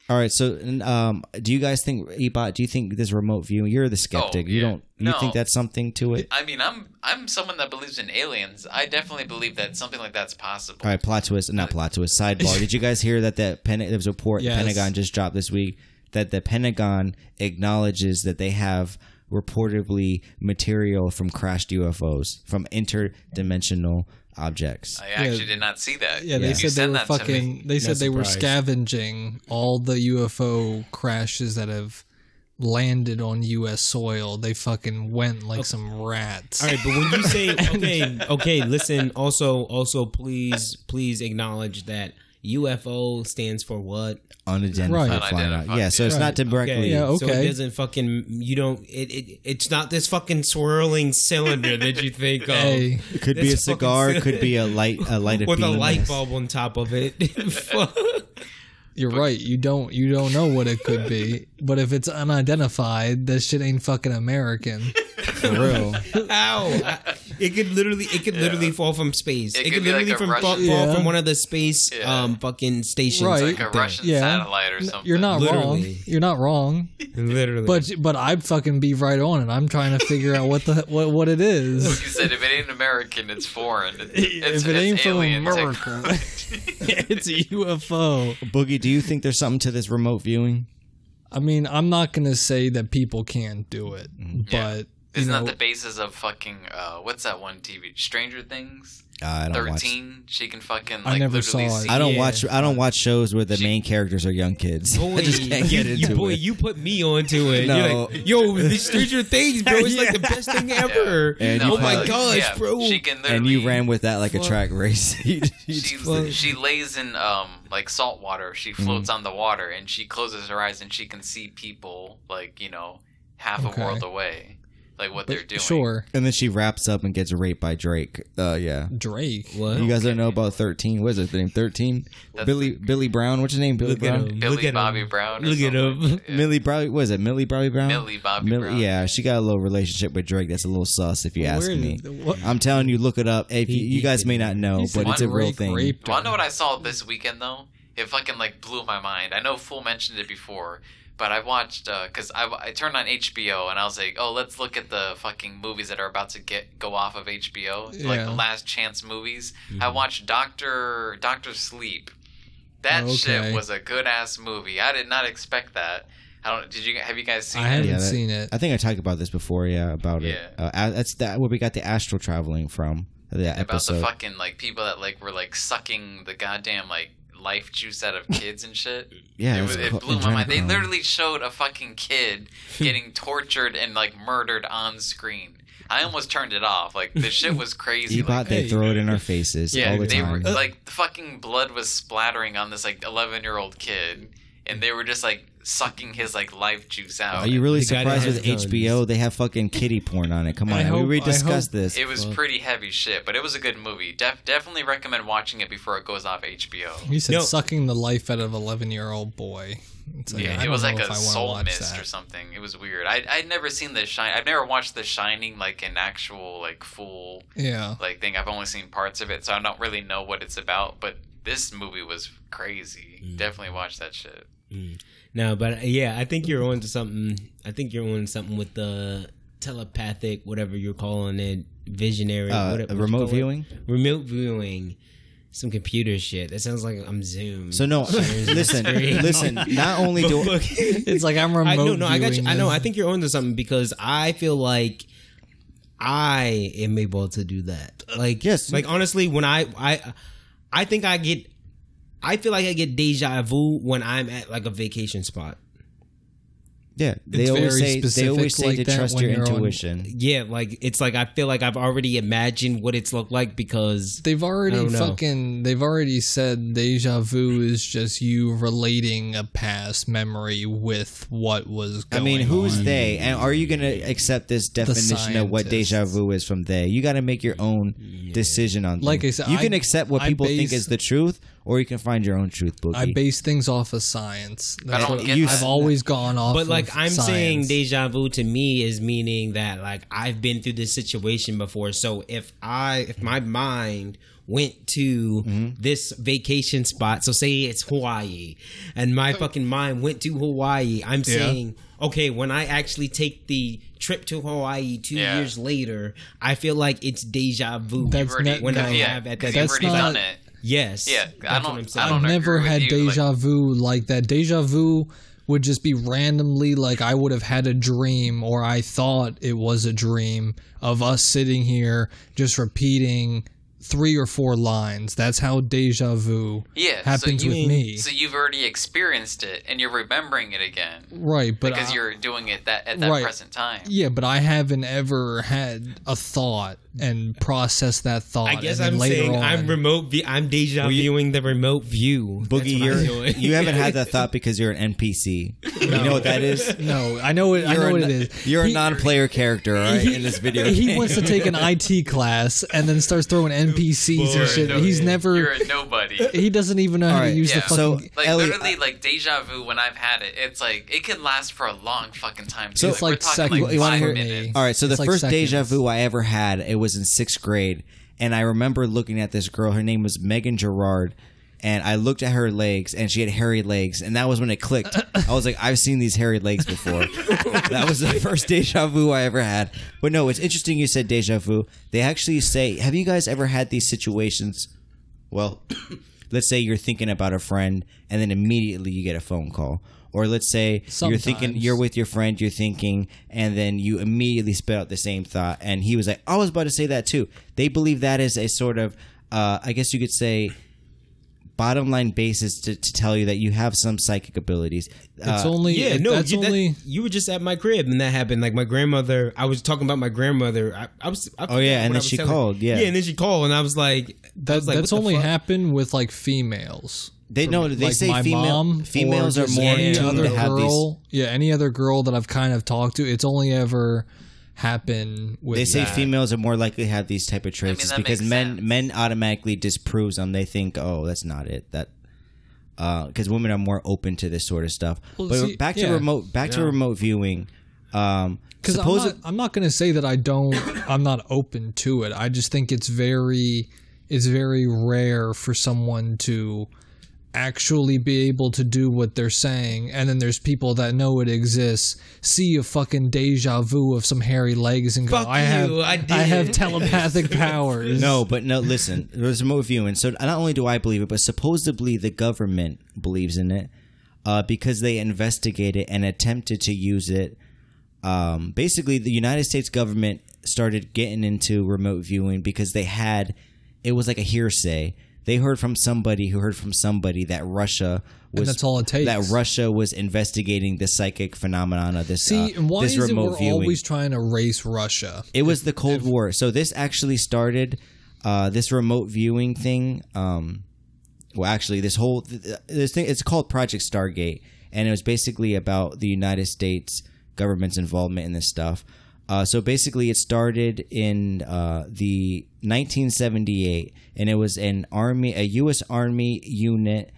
A: all right, so and, um, do you guys think Ebot? Do you think this remote viewing? You're the skeptic. You
C: yeah.
A: don't. You
C: No.
A: think that's something to it?
C: I mean, I'm I'm someone that believes in aliens. I definitely believe that something like that's possible.
A: All right, plot twist, not plot twist, sidebar. Did you guys hear that that Pen- there was a report
B: Yes.
A: the Pentagon just dropped this week that the Pentagon acknowledges that they have reportedly material from crashed UFOs, from interdimensional objects.
C: I actually did not see that.
B: Yeah, they
C: If you
B: said they
C: send
B: were
C: that to me-
B: fucking. They said they were
D: surprise.
B: scavenging all the UFO crashes that have landed on U.S. soil. They fucking went like some rats.
D: All right, but when
A: [laughs]
D: you say okay, okay, listen. Also, also, please, please acknowledge that UFO stands for what?
A: Unidentified
B: Right.
A: flying objects.
C: Unidentified,
A: Yeah, so
C: yeah.
A: it's not directly.
B: Yeah,
D: So it
B: okay.
D: doesn't fucking. You don't. It, it. It's not this fucking swirling cylinder that you
A: [laughs]
D: think of.
B: Hey,
A: It could be
D: That's
A: a cigar,
D: fucking-
A: could be a light,
D: [laughs]
A: a light of
D: With a
A: beam.
D: light bulb on top of it. [laughs] Fuck.
B: you're right. You don't. You don't know what it could be. [laughs] But if it's unidentified, that shit ain't fucking
D: [laughs]
B: American.
A: for real.
D: Ow! I- It could literally, it could literally fall from space.
C: It
D: It,
C: could
D: could
C: be like
D: literally
C: a
D: from
C: Russian-
D: fall,
B: Yeah.
D: fall from one of the space
C: Yeah.
D: um fucking stations.
B: Right.
C: like a Russian
B: Yeah.
C: satellite or something.
B: You're not wrong.
D: Literally.
B: You're not wrong.
D: literally.
B: But but I'd fucking be right on it. I'm trying to figure out what the what what it is.
C: You said if it ain't American,
B: [laughs]
C: it's foreign. It's, it's,
B: if it ain't
C: it's
B: from
C: alien tech-
B: America, [laughs]
C: [laughs]
B: it's a UFO.
A: Boogie, do you think there's something to this remote viewing?
B: I mean, I'm not gonna say that people can't do it,
D: Mm-hmm.
C: Yeah.
B: but
C: Isn't
B: you know,
C: that the basis of fucking uh, what's that one TV? Stranger Things.
A: Uh, I don't watch.
C: Thirteen. She can fucking. Like,
B: never
C: literally
B: saw it.
C: See.
A: I don't
D: Yeah.
A: watch. I don't watch shows where the main characters are young kids. [laughs]
D: boy,
A: I just can't get
C: [laughs]
D: you,
A: into
D: you, boy,
A: it.
D: you put me onto it.
A: No.
D: You're like, Yo, the Stranger Things, bro, it's
A: [laughs]
D: like the best thing ever.
A: And you
D: oh my
A: fuck-
D: gosh,
C: yeah,
D: bro.
C: She can literally.
A: and you ran with that like a track race. [laughs] You- you
C: She's,
A: fuck-
C: she lays in um like salt water. She floats on the water and she closes her eyes and she can see people like you know half
B: Okay.
C: a world away, like what they're doing.
B: sure
A: and then she wraps up and gets raped by Drake. Uh, yeah.
B: Drake.
D: What?
A: You guys don't know about thirteen. What is his name? Thirteen.
C: That's-
A: Billy Billy Brown. What's his name? Billy
D: Look at
A: Brown.
D: him.
C: Billy
D: Look at
C: Bobby
D: him.
C: Brown. or
D: Look at
C: something.
D: him.
C: Yeah.
A: [laughs] Millie Bobby. What is it? Millie Bobby Brown.
C: Millie Bobby
A: Millie-
C: Brown.
A: Yeah, she got a little relationship with Drake. That's a little sus, if you ask
B: Where-
A: me.
B: what-
A: I'm telling you, look it up. If you, you guys may not know, but it's a real
B: Drake
A: thing.
B: raped
C: You wanna know
B: her.
C: what I saw this weekend though? It fucking like blew my mind. I know Fool mentioned it before, but I watched because I, I turned on HBO and I was like, oh, let's look at the fucking movies that are about to get go off of HBO, like
B: Yeah. Mm-hmm.
C: the last chance movies. I watched Doctor Doctor Sleep. That
B: Oh, Okay.
C: shit was a good ass movie. I did not expect that. I don't. Did you have you guys seen
B: I
C: it?
B: haven't
A: Yeah, that-
B: seen it.
A: I think I talked about this before. Yeah, about it.
C: Yeah.
A: Uh, a- that's that where we got the astral traveling from. That
C: about
A: episode.
C: the fucking like people that like were like sucking the goddamn like life juice out of kids and shit.
A: Yeah,
C: it,
A: that's
C: was, it
A: cl-
C: blew my mind. They
A: adrenochrome.
C: literally showed a
A: [laughs]
C: fucking kid getting tortured and like murdered on screen. I almost turned it off. Like the shit
A: [laughs]
C: was crazy.
A: Ebot,
C: Like,
A: they throw it in our faces all the
C: they were
A: time.
C: like the fucking blood was splattering on this like eleven year old kid, and they were just like sucking his like life juice out.
A: Are Oh, you really
D: The guy that
A: surprised with
D: has guns.
A: HBO? They have fucking kitty porn on it. Come on,
B: I
A: we
B: hope-
A: already
B: I
A: discussed
B: hope-
A: this.
C: It was pretty heavy shit, but it was a good movie. Def- definitely recommend watching it before it goes off HBO.
B: You said
D: No.
B: sucking the life out of eleven year old boy. It's like,
C: Yeah,
B: I
C: it
B: don't
C: was
B: know
C: like
B: if
C: a
B: I wanna
C: soul
B: watch
C: mist
B: that.
C: or something. It was weird. I I'd never seen the shine. I've never watched the Shining like an actual like full
B: Yeah,
C: like thing. I've only seen parts of it, so I don't really know what it's about. But this movie was crazy.
B: Mm.
C: Definitely watch that shit.
D: No, but uh, yeah, I think you're on to something. I think you're on to something with the telepathic, whatever you're calling it, visionary,
A: Uh,
D: what- what you
A: remote
D: call it?
A: viewing.
D: remote viewing, some computer shit. That sounds like I'm Zoom.
A: So no, [laughs] listen,
D: [laughs]
A: listen. Not
B: [laughs]
A: only
D: But
A: do
D: look-
B: it's like I'm remote.
D: [laughs] I no, no, I got you.
B: viewing
D: I know.
B: this.
D: I think you're on to something because I feel like I am able to do that. Like
A: Yes.
D: like honestly, when I I I think I get. I feel like I get deja vu when I'm at like a vacation spot.
A: yeah, they
B: It's
A: always
B: very
A: say they always
B: specific
A: say
B: like
A: to
B: that
A: trust
B: when
A: your
B: you're on-
A: intuition.
D: Yeah, like it's like I feel like I've already imagined what it's looked like because
B: They've
D: I
B: already
D: don't know.
B: fucking. They've already said deja vu is just you relating a past memory with what was.
A: I
B: going
A: mean, who's
B: on.
A: they? And are you gonna accept this definition of what deja
B: scientists.
A: vu is from they? You got to make your own decision on.
B: Like
A: things.
B: I said,
A: you
B: I-
A: can accept what
B: I
A: people think
B: base-
A: is the truth, or you can find your own truth. Boogie.
B: I base things off of science. That's
C: don't
B: what [laughs]
C: get
B: I've
C: that.
B: always gone off.
D: but like
B: of
D: I'm saying
B: science.
D: deja vu to me is meaning that like I've been through this situation before. So if I if my mind went to
B: Mm-hmm.
D: this vacation spot, so say it's Hawaii and my fucking mind went to Hawaii, I'm saying, okay, when I actually take the trip to Hawaii 2
C: Yeah.
D: years later, I feel like it's deja vu.
B: That's
C: You've already,
B: not-
D: when I
C: yeah,
D: have at that-
C: 'cause
B: that's
C: you've already
B: not-
C: done it.
D: yes.
C: Yeah, I don't.
D: That's what I'm
C: I
D: saying.
C: don't
B: I've never
C: agree with
B: had
C: you, like-
B: deja vu like that. Deja vu would just be randomly like I would have had a dream or I thought it was a dream of us sitting here just repeating three or four lines. That's how deja vu
C: Yeah, so
B: happens
C: you-
B: with me.
C: So you've already experienced it, and you're remembering it again
B: right, but
C: because
B: I-
C: you're doing it that at that
B: Right.
C: present time.
B: yeah, but I haven't ever had a thought and processed that thought.
D: I guess
B: and then
D: I'm
B: later
D: saying
B: [laughs]
D: I'm
B: on-
D: remote. vi- I'm deja viewing the remote view. That's
A: Boogie,
D: what I'm
A: you're,
B: [laughs]
D: doing.
A: you haven't
D: [laughs]
A: had that thought because you're an NPC. You know what that is?
B: No, I know it. [laughs] I know
A: a,
B: what it is.
A: You're a
B: He-
A: non-player character, all right, in this video.
B: [laughs] he
A: game.
B: wants to take an
D: [laughs]
B: IT class and then starts throwing NPCs
D: Boy,
B: and shit.
D: no,
B: He's
D: yeah.
C: You're
B: never. [laughs]
C: a nobody.
B: He doesn't even know how to
A: Alright,
B: use the
C: yeah.
A: So,
B: fucking.
C: Like
A: Elliot,
C: literally, like deja vu. When I've had it, it's like it can last for a long fucking time. Too.
A: So-
B: it's like
C: we're talking
B: seconds.
C: like
A: You wanna
C: five
A: hear-
C: minutes.
A: All right, so
B: It's
A: the
B: like
A: first deja
B: seconds.
A: vu I ever had, it was in sixth grade, and I remember looking at this girl. Her name was Megan Gerard, and I looked at her legs, and she had hairy legs, and that was when it clicked. I was like, I've seen these hairy legs before. that was the first deja vu I ever had. But no, it's interesting you said deja vu. They actually say, have you guys ever had these situations? Well, let's say you're thinking about a friend, and then immediately you get a phone call. Or let's say you're thinking
B: Sometimes.
A: you're with your friend, you're thinking, and then you immediately spit out the same thought. And he was like, I was about to say that too. They believe that is a sort of, uh, I guess you could say, bottom line basis to, to tell you that you have some psychic abilities. Uh,
B: It's only.
D: yeah,
B: it-
D: no,
B: That's
D: you, that-
B: only.
D: you were just at my crib and that happened. Like my grandmother, I was talking about my grandmother. I, I was, I forgot
A: Oh, yeah, and
D: what I
A: then
D: was
A: she
D: telling her.
A: called, yeah.
D: yeah, and then she called, and I was like, I
B: That,
D: was like
B: that's
D: what the
B: only
D: fuck?
B: happened with like females.
A: They know they
B: like
A: say
B: my
A: female
B: mom
A: females are
B: or just
A: more
B: any
A: in tune
B: other
A: to have these.
B: girl. Yeah, any other girl that I've kind of talked to, it's only ever happened with.
A: They say
B: that.
A: females are more likely to have these type of traits
C: that
A: because
C: makes
A: men
C: sense.
A: men automatically disproves them. They think, oh, that's not it. That because women are more open to this sort of stuff.
B: Well,
A: but
B: see,
A: back to
B: yeah.
A: remote back to remote viewing. Um,
B: Because I'm
A: suppose-
B: not, I'm not going to say that I don't. [coughs] I'm not open to it. I just think it's very, it's very rare for someone to actually be able to do what they're saying. And then there's people that know it exists, see a fucking deja vu of some hairy legs, and go,
D: Fuck
B: "I have,
D: you, I
B: have
D: did."
B: telepathic powers."
A: No, but no. Listen, there's remote viewing. So not only do I believe it, but supposedly the government believes in it uh, because they investigated and attempted to use it. Um, basically, the United States government started getting into remote viewing because they had it was like a hearsay. They heard from somebody who heard from somebody that Russia was
B: that's all it takes.
A: That Russia was investigating the psychic phenomenon of this.
B: See,
A: uh,
B: and why
A: this
B: is it
A: remote
B: we're
A: viewing.
B: always trying to race Russia?
A: It was the Cold War. So this actually started uh, this remote viewing thing. Um, well, actually, this whole th- this thing it's called Project Stargate, and it was basically about the United States government's involvement in this stuff. Uh, so basically, it started in uh, the 1978, and it was an army, a U.S. Army unit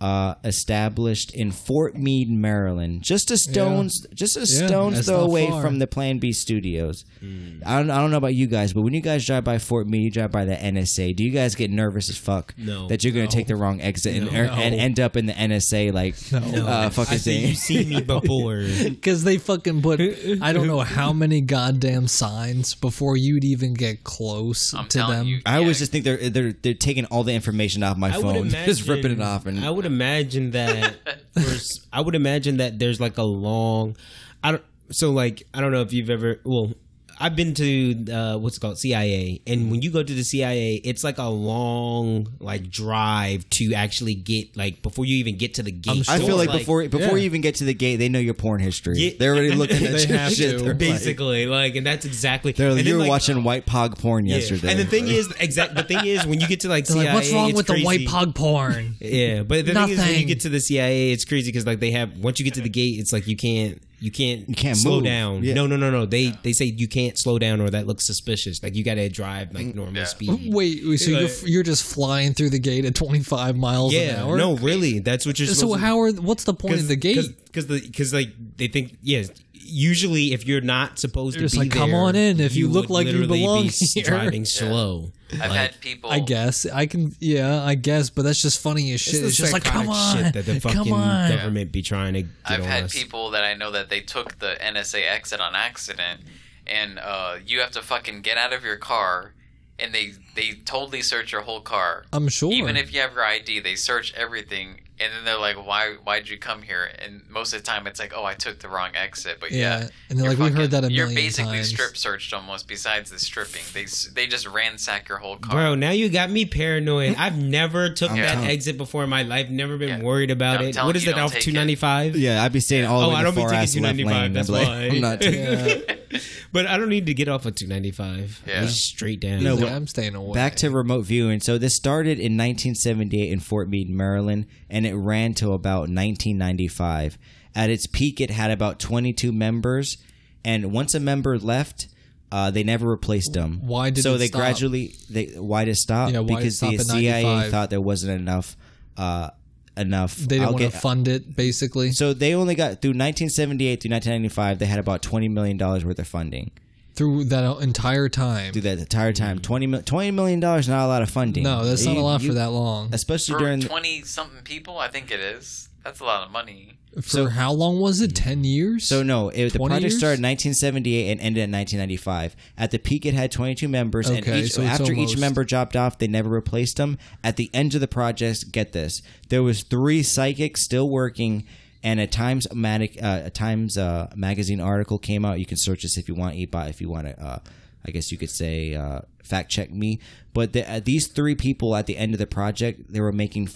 A: uh, established in Fort Meade, Maryland, just a stones, just a
B: Yeah,
A: stones
B: that's
A: throw
B: not
A: away
B: far.
A: from the Plan B studios.
D: Hmm.
A: I, don't, I don't know about you guys, but when you guys drive by Fort Meade, you drive by the NSA. Do you guys get nervous as fuck
D: No.
A: that you're gonna take the wrong exit and, er,
B: No.
A: and end up in the NSA like uh, fucking thing?
D: I think you've
B: [laughs]
D: seen me before.
B: Because they fucking put I don't know how many goddamn signs before you'd even get close
C: I'm
B: to
C: telling
B: them.
C: you.
A: I
C: yeah,
A: always just think they're they're they're taking all the information off my
D: I
A: phone, [laughs]
D: would
A: just
D: imagine-
A: ripping it off, and
D: I would imagine that. there's- I would imagine that there's like a long. I don't. So like I don't know if you've ever. Well, I've been to uh, what's it called CIA, and when you go to the CIA, it's like a long like drive to actually get like before you even get to the gate.
A: I feel
D: So
A: like,
D: it's
A: before before
B: yeah.
A: you even get to the gate, they know your porn history.
D: Yeah.
A: They're already
D: [laughs]
A: looking at
B: They
A: your
B: have
A: shit.
B: to.
A: They're like-
D: basically like, and that's exactly.
A: they're like,
D: and then,
A: you were
D: like,
A: watching white pog porn
D: yeah.
A: yesterday.
D: And the thing is, exact. The thing is, when you get to like
B: They're
D: CIA,
B: like, what's wrong
D: it's
B: with the white
D: crazy.
B: pog
D: [laughs]
B: porn?
C: [laughs]
D: Yeah, but the thing is, when you
B: Nothing.
D: get to the CIA, it's crazy because like they have once you get to the gate, it's like you can't you can't you
A: can't
D: slow
A: move.
D: down.
A: Yeah.
D: No, no, no, no. They they say you can't slow down or that looks suspicious. Like you got to drive like normal
C: Mm-hmm. Yeah.
D: speed.
B: Wait, wait, so
D: Yeah.
B: you're you're just flying through the gate at 25 miles an
D: yeah,
B: hour?
D: no, really, that's what you're.
B: So
D: supposed to-
B: how are what's the point of the gate?
D: because the because like they think yes. Usually, if you're not supposed
B: They're
D: to
B: just
D: be
B: like, "Come
D: there,
B: on in if you look
D: would
B: like you
D: literally be
B: belong
D: s-
B: [laughs] here."
D: Driving slow.
C: I've had people.
B: I
D: oh.
B: guess I can. Yeah, I guess, but that's just funny as shit. It's,
D: the
B: just like, come
D: psychotic
B: on,
D: shit that the fucking
B: [laughs] come on.
D: government be trying to. Get
C: I've
D: on
C: had
D: us.
C: people that I know that they took the NSA exit on accident, and uh, you have to fucking get out of your car, and they they totally search your whole car.
B: I'm sure.
C: Even if you have your ID, they search everything, and then they're like, "Why? Why'd you come here?" And most of the time, it's like, "Oh, I took the wrong exit." But yeah,
B: yeah, and they're
C: you're
B: like, we
C: fucking-
B: heard that a
C: You're
B: million
C: basically
B: times.
C: strip searched almost. Besides the stripping, they s- they just ransack your whole car.
D: Bro, now you got me paranoid. I've never took that
A: telling-
D: exit before in my life. Never been
C: Yeah.
D: worried about
C: I'm
D: it.
C: telling
D: What is
C: you,
D: it
C: don't
D: off
C: take it.
D: two ninety five?
A: [laughs] yeah, I'd be staying all the
D: Oh,
A: way
D: I
A: to
D: don't be
A: far ass
D: taking two
A: left
D: ninety
A: lane.
D: five. That's
A: I'm like,
D: why.
A: I'm not. taking-
D: [laughs] but I don't need to get off of two ninety five.
C: Yeah.
D: Yeah, just straight down.
A: No,
B: He's like,
A: but-
B: I'm staying away.
A: Back to remote viewing. So this started in 1978 in Fort Meade, Maryland, and it ran to about 1995. At its peak, it had about 22 members, and once a member left, uh, they never replaced them.
B: Why did
A: so
B: it
A: they
B: stop?
A: gradually they why did it stop?
B: Yeah, why did it
A: because
B: stop
A: the
B: at
A: CIA
B: 95?
A: thought there wasn't enough uh, enough.
B: they
A: I'll
B: didn't want to
A: get-
B: fund it. Basically,
A: so they only got through 1978 through 1995. They had about 20 million dollars worth of funding
B: through that entire time.
A: through that entire time. 20 mil- 20 million dollars not a lot of funding.
B: Hmm. No, that's not
A: You-
B: a lot
A: you-
B: for that long.
A: especially
C: For
A: during the-
C: twenty something people, I think it is. That's a lot of money.
B: For how long was it? Ten years?
A: so no it, the
B: 20
A: project
B: years?
A: started in 1978 and ended in 1995 at the peak it had 22 members and
B: Okay,
A: each,
B: so it's
A: after each
B: almost-
A: member dropped off they never replaced them at the end of the project get this there was three psychics still working and a times Matic, uh, a times uh, magazine article came out you can search this if you want ebot if you want to uh, i guess you could say uh, fact check me but the, uh, these three people at the end of the project they were making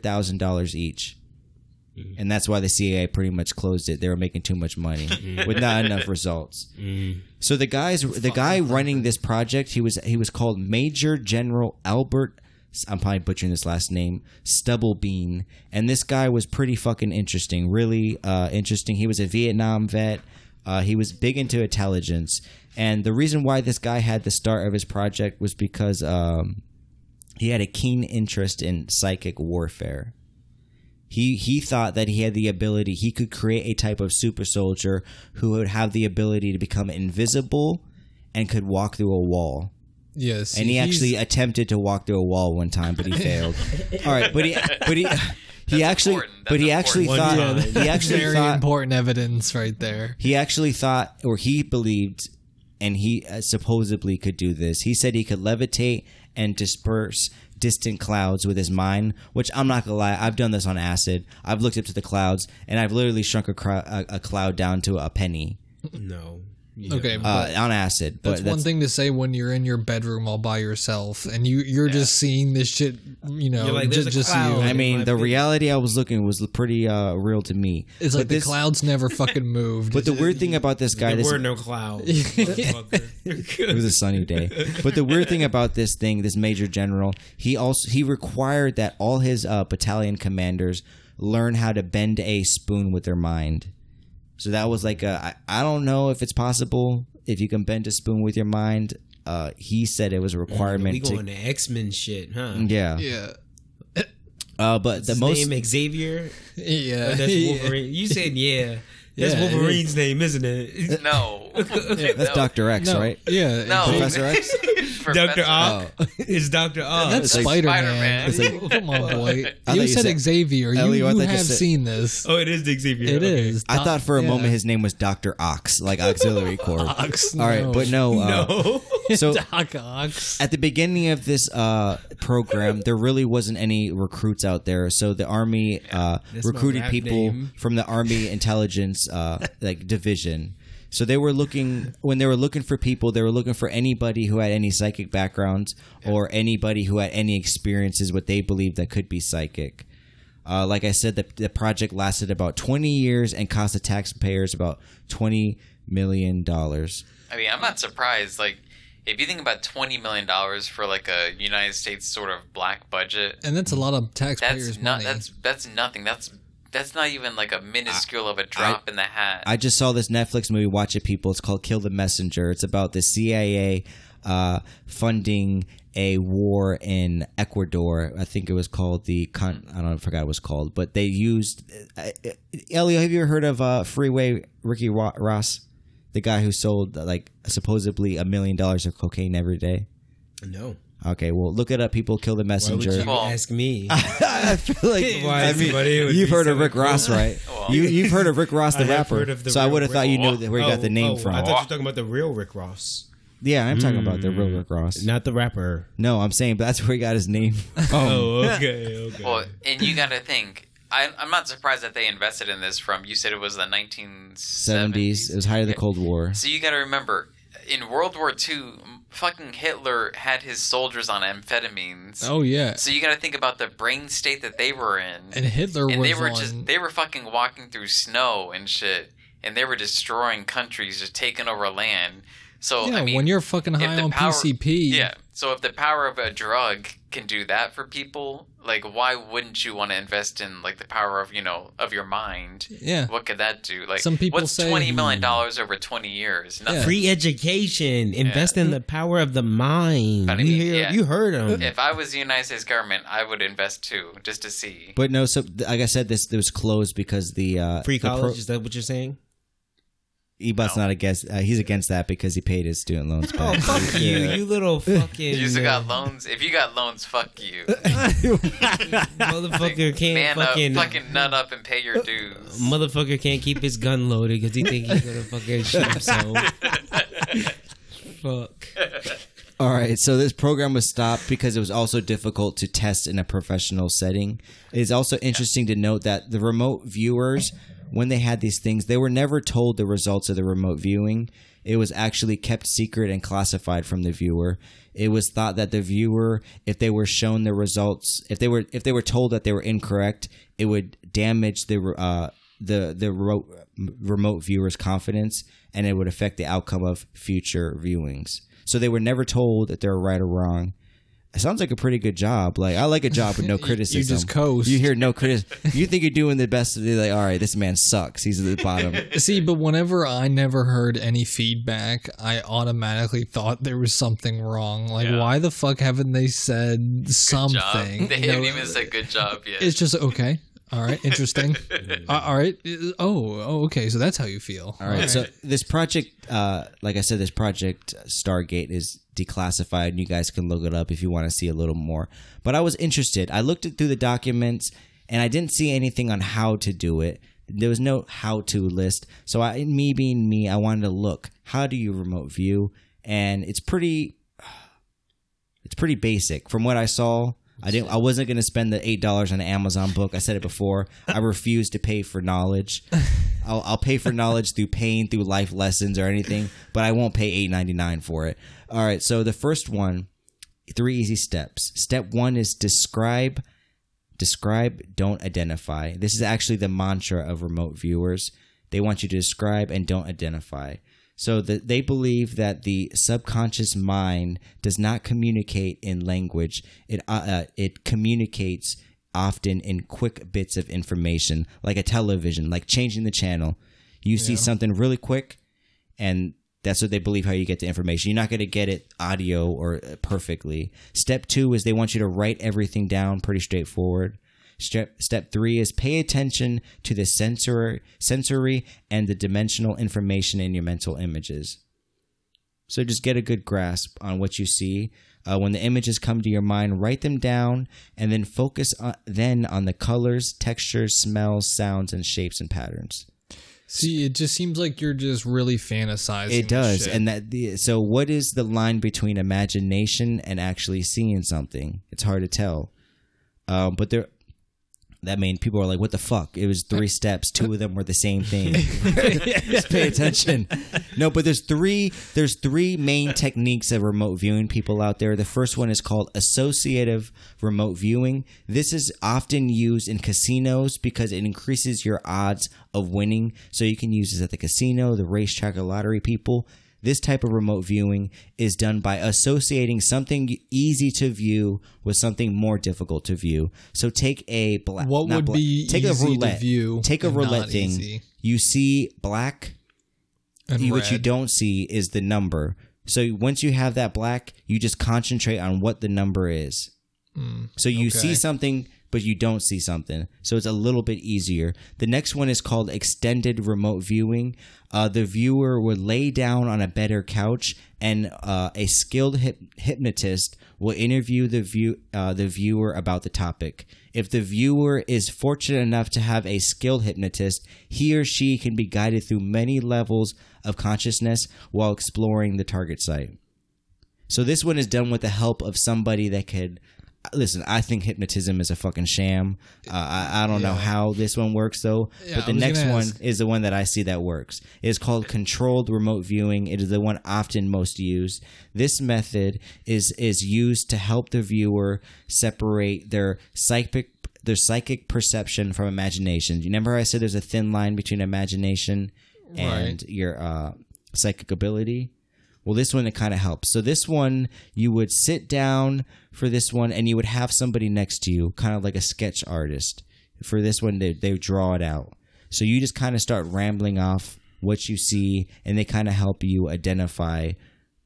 A: $500000 each and that's why the CIA pretty much closed it. They were making too much money with not enough results. So the guys, the guy running this project, he was he was called Major General Albert. I'm probably butchering this last name, Stubblebean, and this guy was pretty fucking interesting. Really uh, interesting. He was a Vietnam vet. Uh, he was big into intelligence, and the reason why this guy had the start of his project was because um, he had a keen interest in psychic warfare. He he thought that he had the ability he could create a type of super soldier who would have the ability to become invisible and could walk through a wall.
B: yes,
A: And he
B: he's-
A: actually attempted to walk through a wall one time, but he failed. All right, but he but
C: [laughs]
A: he he actually
C: important.
A: but he
C: That's
A: actually
C: important.
A: thought
D: One
A: he Uh, actually
B: very
A: thought
B: important evidence right there.
A: he actually thought or he believed and he uh, supposedly could do this he said he could levitate and disperse distant clouds with his mind which i'm not gonna lie i've done this on acid i've looked up to the clouds and i've literally shrunk a, crow- a, a cloud down to a penny
D: no.
B: Okay, but
A: uh, on acid but
B: that's, one thing to say when you're in your bedroom all by yourself and you you're just seeing this shit. You know,
D: You're like,
B: ju-
D: "There's a
B: just you.
D: cloud."
A: i mean
D: My
A: the
D: big-
A: reality i was looking was pretty uh, real to me
B: It's like
A: But
B: the
A: this- [laughs]
B: clouds never fucking moved.
A: but the weird thing about this guy
D: There
A: this
D: were no
A: [laughs]
D: clouds.
A: it was a sunny day. But the weird thing about this thing, this major general, he also he required that all his uh, battalion commanders learn how to bend a spoon with their mind. So that was like a I, I don't know if it's possible if you can bend a spoon with your mind. Uh, he said it was a
D: [laughs] We
A: requirement
D: going
A: to
D: to X Men shit, huh?
A: yeah.
B: Yeah.
A: Uh, but the
D: His
A: most [laughs]
D: name Xavier. Oh,
B: [laughs] Yeah.
D: That's Wolverine. You said yeah. That's
B: Yeah, it
D: Wolverine's name, isn't
B: Uh,
D: it?
C: No.
B: [laughs]
A: that's
C: [laughs] No.
A: Doctor X,
B: No,
A: right? Oh.
B: Yeah.
C: No.
A: Professor X.
C: [laughs]
D: Doctor
C: Professor-
D: Ock.
A: [laughs]
D: It's Doctor Ock.
B: That's
A: like
B: Spider
C: Spider-Man.
B: Man.
C: It's
A: [laughs]
B: Come on, boy.
A: I thought
B: You
A: you
B: said
A: said-
B: Xavier. You,
A: Elio, I
B: you
A: thought you
B: have
A: said-
B: seen this.
D: oh, it is the Xavier.
B: It
D: okay. [laughs]
B: is.
A: I thought for a
B: yeah.
A: moment his name was Doctor Ox, like auxiliary corps.
D: [laughs]
B: Ox,
A: [laughs] All right,
B: no.
A: but no. Uh,
D: No.
A: So
B: Doc Ox.
A: at the beginning of this uh, program, there really wasn't any recruits out there, so the army uh,
D: That's my
A: recruited
D: rap
A: people
D: name.
A: from the army intelligence uh, like division. So they were looking when they were looking for people, they were looking for anybody who had any psychic backgrounds or anybody who had any experiences what they believed that could be psychic. Uh, like I said, the, the project lasted about 20 years and cost the taxpayers about 20 million dollars.
C: I mean, I'm not surprised. Like, if you think about twenty million dollars for like a United States sort of black budget,
B: And that's a lot of taxpayers'
C: that's not
B: money.
C: that's that's nothing. That's that's not even like a minuscule of a drop in the hat.
A: I just saw this Netflix movie. Watch it, people. It's called Kill the Messenger. It's about the CIA uh, funding a war in Ecuador. I think it was called the Con- I don't know, I forgot what it was called, but they used. Uh, uh, Elio, have you ever heard of uh, Freeway Ricky Ro- Ross, the guy who sold uh, like supposedly a million dollars of cocaine every day?
D: No.
A: Okay, well, look it up, people. Kill the
D: Why would
A: Messenger.
D: you Oh.
C: Well-
D: ask [laughs] me?
A: I feel like
D: Why
A: I mean,
D: somebody would
A: you've
D: be
A: heard of
D: selling
A: Rick Ross, right? you, you've heard of Rick Ross, the
D: I have
A: rapper.
D: heard of the
A: so I
D: real
A: would have thought
D: Rick
A: you knew
C: Ross.
A: that where he got the name
D: oh,
A: from.
D: I thought you were talking about the real Rick Ross,
A: yeah, I'm talking about the real Rick Ross.
D: not the rapper.
A: No, I'm saying but that's where he got his name.
D: Oh, [laughs] okay, okay.
C: well, and
B: [laughs]
C: you got to think. I, I'm not surprised that they invested in this. From you said it was the 1970s.
A: Seventies. It was height of the
C: Okay.
A: Cold War.
C: So you got to remember, in World War II, fucking Hitler had his soldiers on amphetamines.
B: oh yeah.
C: So you got to think about the brain state that they were in,
B: And Hitler
C: And
B: was
C: they were
B: on.
C: just they were fucking walking through snow and shit, and they were destroying countries, just taking over land. So
B: yeah,
C: I mean,
B: when you're fucking
C: if
B: high Uh-huh,
C: the
B: on
C: power-
B: PCP.
C: yeah. So if the power of a drug can do that for people, like why wouldn't you want to invest in like the power of you know of your mind?
B: Yeah.
C: What could that do? Like
B: Some people
C: what's
B: say- Hmm.
C: twenty million dollars over twenty years? Nothing.
D: Free education. Invest in the power of the mind.
C: Gotta
D: You,
C: be-
D: hear,
C: yeah.
D: you heard him.
C: If I was the United States government, I would invest too, just to see.
A: But no, so th- like I said, this, this was closed because the uh,
D: Free
A: the pro-
D: college. is that what you're saying?
A: Ebot's not against. Uh, he's against that because he paid his student loans
D: [laughs] Oh,
A: back.
D: fuck you, you little fucking
C: You still
D: uh,
C: got loans. If you got loans, fuck
B: [laughs]
C: you. [laughs]
D: motherfucker can't
C: Man
D: fucking,
C: up, fucking nut up and pay your
B: Uh,
C: dues.
D: motherfucker can't keep his gun loaded because he think he's gonna fucking shoot himself. fuck.
A: All right, so this program was stopped because it was also difficult to test in a professional setting. It is also interesting to note that the remote viewers, when they had these things, they were never told the results of the remote viewing. It was actually kept secret and classified from the viewer. It was thought that the viewer, if they were shown the results, if they were if they were told that they were incorrect, it would damage the uh, the the remote, remote viewers' confidence, and it would affect the outcome of future viewings. So they were never told if they were right or wrong. It sounds like a pretty good job. Like I like a job
B: [laughs]
A: with no criticism.
B: just coast.
A: You hear no criticism. you think you're doing the best. They're like, all right, this man sucks. He's at the
B: [laughs]
A: bottom.
B: See, but whenever I never heard any feedback, I automatically thought there was something wrong. Like, why the fuck haven't they said
C: job.
B: something?
C: [laughs] They
B: You know,
C: haven't even said good job yet.
B: it's just okay. All right,
C: [laughs]
B: interesting. Uh, all right. Uh, Oh, oh, okay. So that's how you feel.
A: All right. So this project, uh, like I said, this project uh, Stargate is declassified, and you guys can look it up if you want to see a little more. But I was interested. I looked it through the documents, and I didn't see anything on how to do it. There was no how-to list. So I, me being me, I wanted to look. How do you remote view? And it's pretty, it's pretty basic from what I saw. I didn't. I wasn't going to spend the eight dollars on an Amazon book. I said it before. I refuse to pay for knowledge. I'll, I'll pay for knowledge through pain, through life lessons or anything, but I won't pay eight ninety nine for it. All right. So the first one, three easy steps. Step one is describe, describe, don't identify. This is actually the mantra of remote viewers. They want you to describe and don't identify. So that they believe that the subconscious mind does not communicate in language. It uh, uh, it communicates often in quick bits of information, like a television, like changing the channel. You see something really quick, and that's what they believe how you get the information. You're not going to get it audio or uh, perfectly. Step two is they want you to write everything down, pretty straightforward. Step, step three is pay attention to the sensory, sensory and the dimensional information in your mental images. So just get a good grasp on what you see. Uh, when the images come to your mind, write them down and then focus on, then on the colors, textures, smells, sounds, and shapes and patterns.
B: See, it just seems like you're just really fantasizing.
A: It
B: this
A: does,
B: shit.
A: and that the, so what is the line between imagination and actually seeing something? It's hard to tell. Um, but there, that mean people are like, "What the fuck?" It was three steps. Two of them were the same thing. Just pay attention. No, but there's three. There's three main techniques of remote viewing people out there. The first one is called associative remote viewing. This is often used in casinos because it increases your odds of winning. So you can use this at the casino, the racetrack, or lottery. People. This type of remote viewing is done by associating something easy to view with something more difficult to view. So take a black.
B: What
A: not
B: would
A: black-
B: be
A: take
B: easy
A: a
B: to
A: roulette?
B: view
A: take a
B: and not
A: roulette thing.
B: easy?
A: You see black.
B: And
A: you- what you
B: red.
A: don't see is the number. So once you have that black, you just concentrate on what the number is. so you see
B: okay.
A: something, but you don't see something. So it's a little bit easier. The next one is called extended remote viewing. Uh, the viewer would lay down on a bed or couch, and uh, a skilled hyp- hypnotist will interview the view uh, the viewer about the topic. If the viewer is fortunate enough to have a skilled hypnotist, he or she can be guided through many levels of consciousness while exploring the target site. So this one is done with the help of somebody that could. Listen, I think hypnotism is a fucking sham. Uh, I, I don't know how this one works though.
B: Yeah,
A: but
B: I
A: the
B: was
A: next
B: gonna
A: one
B: ask.
A: is the one that I see that works. It's called controlled remote viewing. It is the one often most used. This method is is used to help the viewer separate their psychic their psychic perception from imagination. You remember I said there's a thin line between imagination and your uh, psychic ability. Well, this one it kind of helps. So this one you would sit down for this one, and you would have somebody next to you, kind of like a sketch artist. For this one, they they draw it out. So you just kind of start rambling off what you see, and they kind of help you identify,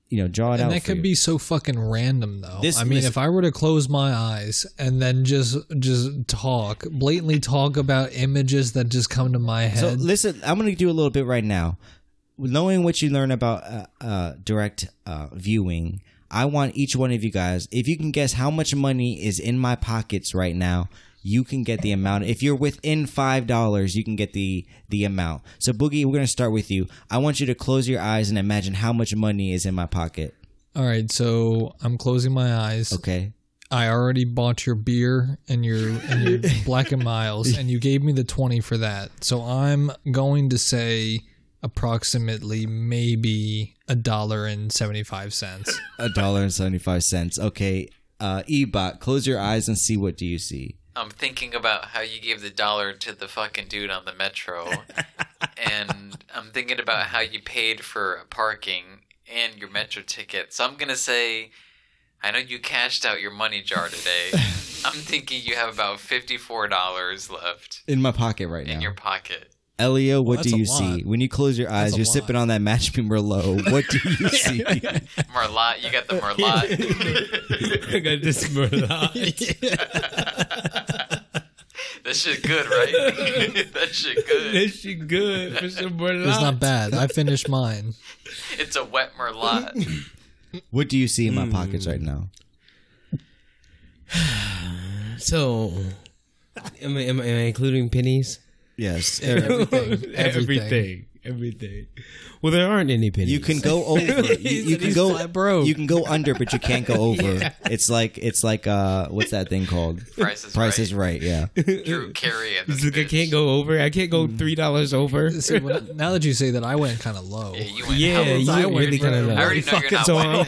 A: you know, draw it out.
B: And that
A: for
B: could
A: you.
B: be so fucking random, though.
A: This-
B: I mean,
A: this-
B: if I were to close my eyes and then just just talk,
A: [laughs]
B: blatantly talk about images that just come to my
A: So
B: head.
A: listen, I'm going to do a little bit right now. Knowing what you learn about uh, uh, direct uh, viewing, I want each one of you guys, if you can guess how much money is in my pockets right now, you can get the amount. If you're within five dollars, you can get the the amount. So Boogie, we're going to start with you. I want you to close your eyes and imagine how much money is in my pocket.
B: All right, so I'm closing my eyes.
A: Okay.
B: I already bought your beer and your
A: [laughs]
B: and your Black and Miles, and you gave me the twenty for that. So I'm going to say approximately maybe a dollar and seventy five cents.
A: A dollar and seventy five cents. Okay. Uh, Ebot, close your eyes and see what do you see.
C: I'm thinking about how you gave the dollar to the fucking dude on the
D: [laughs]
C: metro, and I'm thinking about how you paid for parking and your metro ticket. So I'm gonna say, I know you cashed out your money jar
D: [laughs]
C: today. I'm thinking you have about fifty-four dollars left
A: In my pocket right now.
C: in your pocket.
A: Elio, what
B: that's
A: do
B: a
A: you
B: lot.
A: see when you close your eyes?
B: a
A: You're
B: lot.
A: sipping on that Mashpee Merlot. What do
B: [laughs]
A: you see?
C: Marlot, you got the Marlot.
D: [laughs] I got this [laughs] for
C: that shit good,
D: [laughs]
C: right? that shit good.
D: This shit good for some Merlot.
A: [laughs]
B: It's not bad. I finished mine.
C: It's a wet Merlot.
A: What do you see in my
B: Hmm.
A: pockets right now?
D: So, am I, am I, am I including pennies?
A: Yes,
D: Everything, [laughs] everything, Well, there aren't any
A: [laughs]
D: pennies.
A: you can go over. You, you can
B: he's
A: go
B: flat broke.
A: You can go under, but you can't go
B: [laughs]
A: over. It's like it's like uh, what's that thing called?
C: Price is
A: Price
C: right.
A: is right. Yeah.
C: Drew Carey and this
D: I
C: bitch.
D: can't go over. I can't go three dollars over.
B: [laughs] See, when, now that you say that, I went kind of low.
C: Yeah, you went
D: Yeah,
C: hella
D: you
C: tight.
D: went really kinda low.
C: I already know you're not
D: so
C: winning.
D: I'm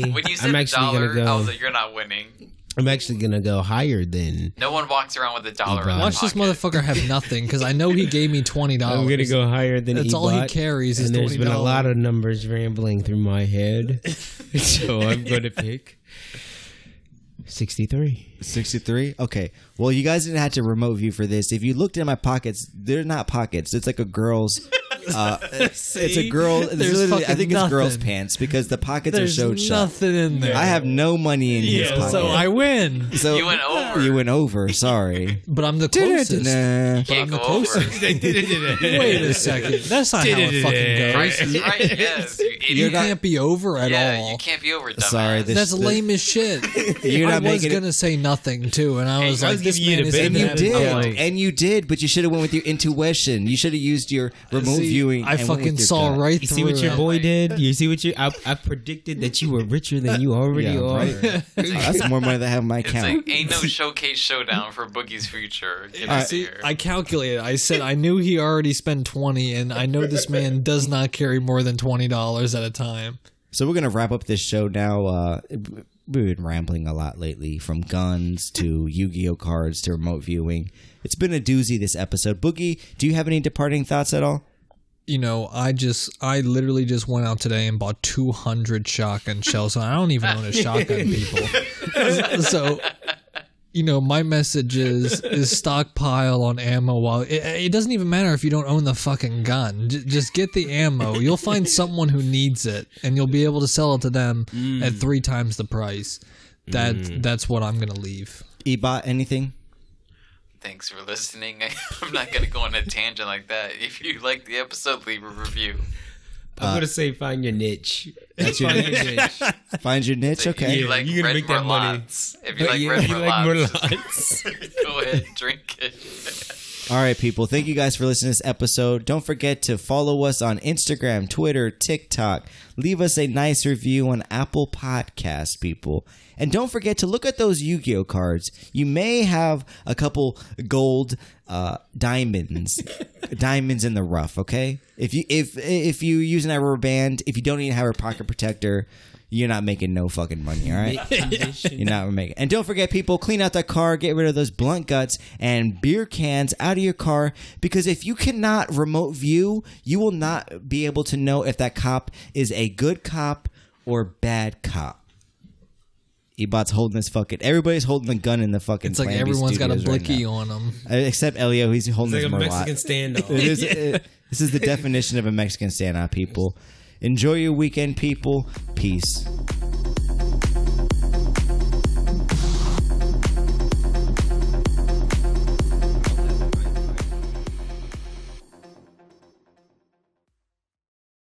C: [laughs] When you said
D: I'm
C: the
D: actually
C: dollar,
D: gonna
C: I
D: go.
C: was like, "You're not winning."
D: I'm actually gonna go higher than.
C: No one walks around with a dollar. in
D: Ebot.
C: their
B: Watch this
C: pocket.
B: motherfucker have nothing because I know he gave me twenty
D: I'm gonna
B: dollars.
D: go higher than.
B: Oh, That's all he
D: Ebot,
B: carries is
D: And there's been a
B: $20.
D: lot of numbers rambling through my head, so I'm gonna pick. 63.
A: 63? Okay. Well, you guys didn't have to remote view for this. If you looked in my pockets, they're not pockets. It's like a girl's.
B: [laughs]
A: Uh, it's a girl. It's
B: There's
A: literally, I
B: fucking
A: think it's girl's
B: nothing.
A: pants because the pockets
B: There's
A: are so shut.
B: nothing in there.
A: I
D: [laughs]
A: have no money in his
B: yeah,
A: pocket.
B: so I win.
A: So-
C: You went over.
A: You went over. Sorry.
B: But I'm
A: [laughs]
B: the closest.
A: Da-da-da-da.
C: Can't
B: I'm
C: go over.
B: closest.
D: [laughs]
B: Wait
D: Wait
B: a second. That's not how
D: [laughs]
B: it fucking goes.
C: Price is [laughs] right. Yes, you idiot.
B: You can't be over at
C: yeah,
B: all.
C: you can't be over. Dumbass.
A: Sorry, this-
B: That's
A: [laughs]
B: lame as shit.
A: You're
B: I
A: not
B: was
A: making it-
B: gonna say nothing too, and I was
D: I
B: like,
D: was
B: "This
D: giving you
B: man
D: the
B: is
D: bait.
A: And you
D: Yeah,
A: did,
D: I'm like-
A: and you did, but you should have went with your intuition. You should have used your remote
B: See,
A: viewing.
B: I
A: and went with
B: fucking
A: your
B: saw
A: gut.
B: right
D: You
B: through
D: see what your
B: it.
D: boy did? You see what you. I, I predicted that you were richer than you already
A: Yeah,
B: [laughs]
D: are. [laughs]
A: right. [laughs] That's more money than I have in my
C: It's
A: account.
C: like ain't no showcase showdown for Boogie's future. Get
B: I-
C: out of
B: See,
C: here.
B: I calculated. I said I knew he already spent twenty, and I know this man does not carry more than twenty dollars at a time.
A: So we're gonna wrap up this show now. Uh, we've been rambling a lot lately, from guns to Yu-Gi-Oh cards to remote viewing. It's been a doozy this episode. Boogie, do you have any departing thoughts at all?
B: You know, I just, I literally just went out today and bought two hundred shotgun shells, and I don't even own a shotgun, people. [laughs] so you know my message is is stockpile on ammo while it, it doesn't even matter if you don't own the fucking gun J- just get the ammo you'll find someone who needs it and you'll be able to sell it to them
A: Mm.
B: at three times the price that that's what i'm gonna leave
A: Ebot, anything?
C: Thanks for listening. [laughs] I'm not gonna go on a tangent like that. If you like the episode, leave a review.
D: I'm gonna say find your niche.
A: That's your
D: Find your niche.
A: Find your niche,
C: If
A: okay?
C: you like
D: you're
C: red
D: gonna make that money.
C: Merlots, if you like
D: You
C: red
D: like
C: Merlots,
D: Merlots.
C: just go ahead and drink it.
A: All right, people. Thank you guys for listening to this episode. Don't forget to follow us on Instagram, Twitter, TikTok. Leave us a nice review on Apple Podcasts, people. And don't forget to look at those Yu Gi Oh cards. You may have a couple gold uh, diamonds, diamonds in the rough. Okay, if you if if you using that rubber band, if you don't even have a pocket protector, you're not making no fucking money. All right. You're not making. And don't forget, people, clean out that car, get rid of those blunt guts and beer cans out of your car because if you cannot remote view, you will not be able to know if that cop is a good cop or bad cop. Ebot's holding his fucking. Everybody's holding a gun in the fucking.
B: it's like
A: Plan B
B: everyone's got a
A: Studios right
B: blicky
A: now.
B: on them
A: Uh, except Elio. He's holding
D: It's like a
A: his Merlot.
D: Mexican
A: It
D: standoff.
A: is.
D: [laughs]
A: it- this is the definition of a Mexican standout, people. Enjoy your weekend, people. Peace.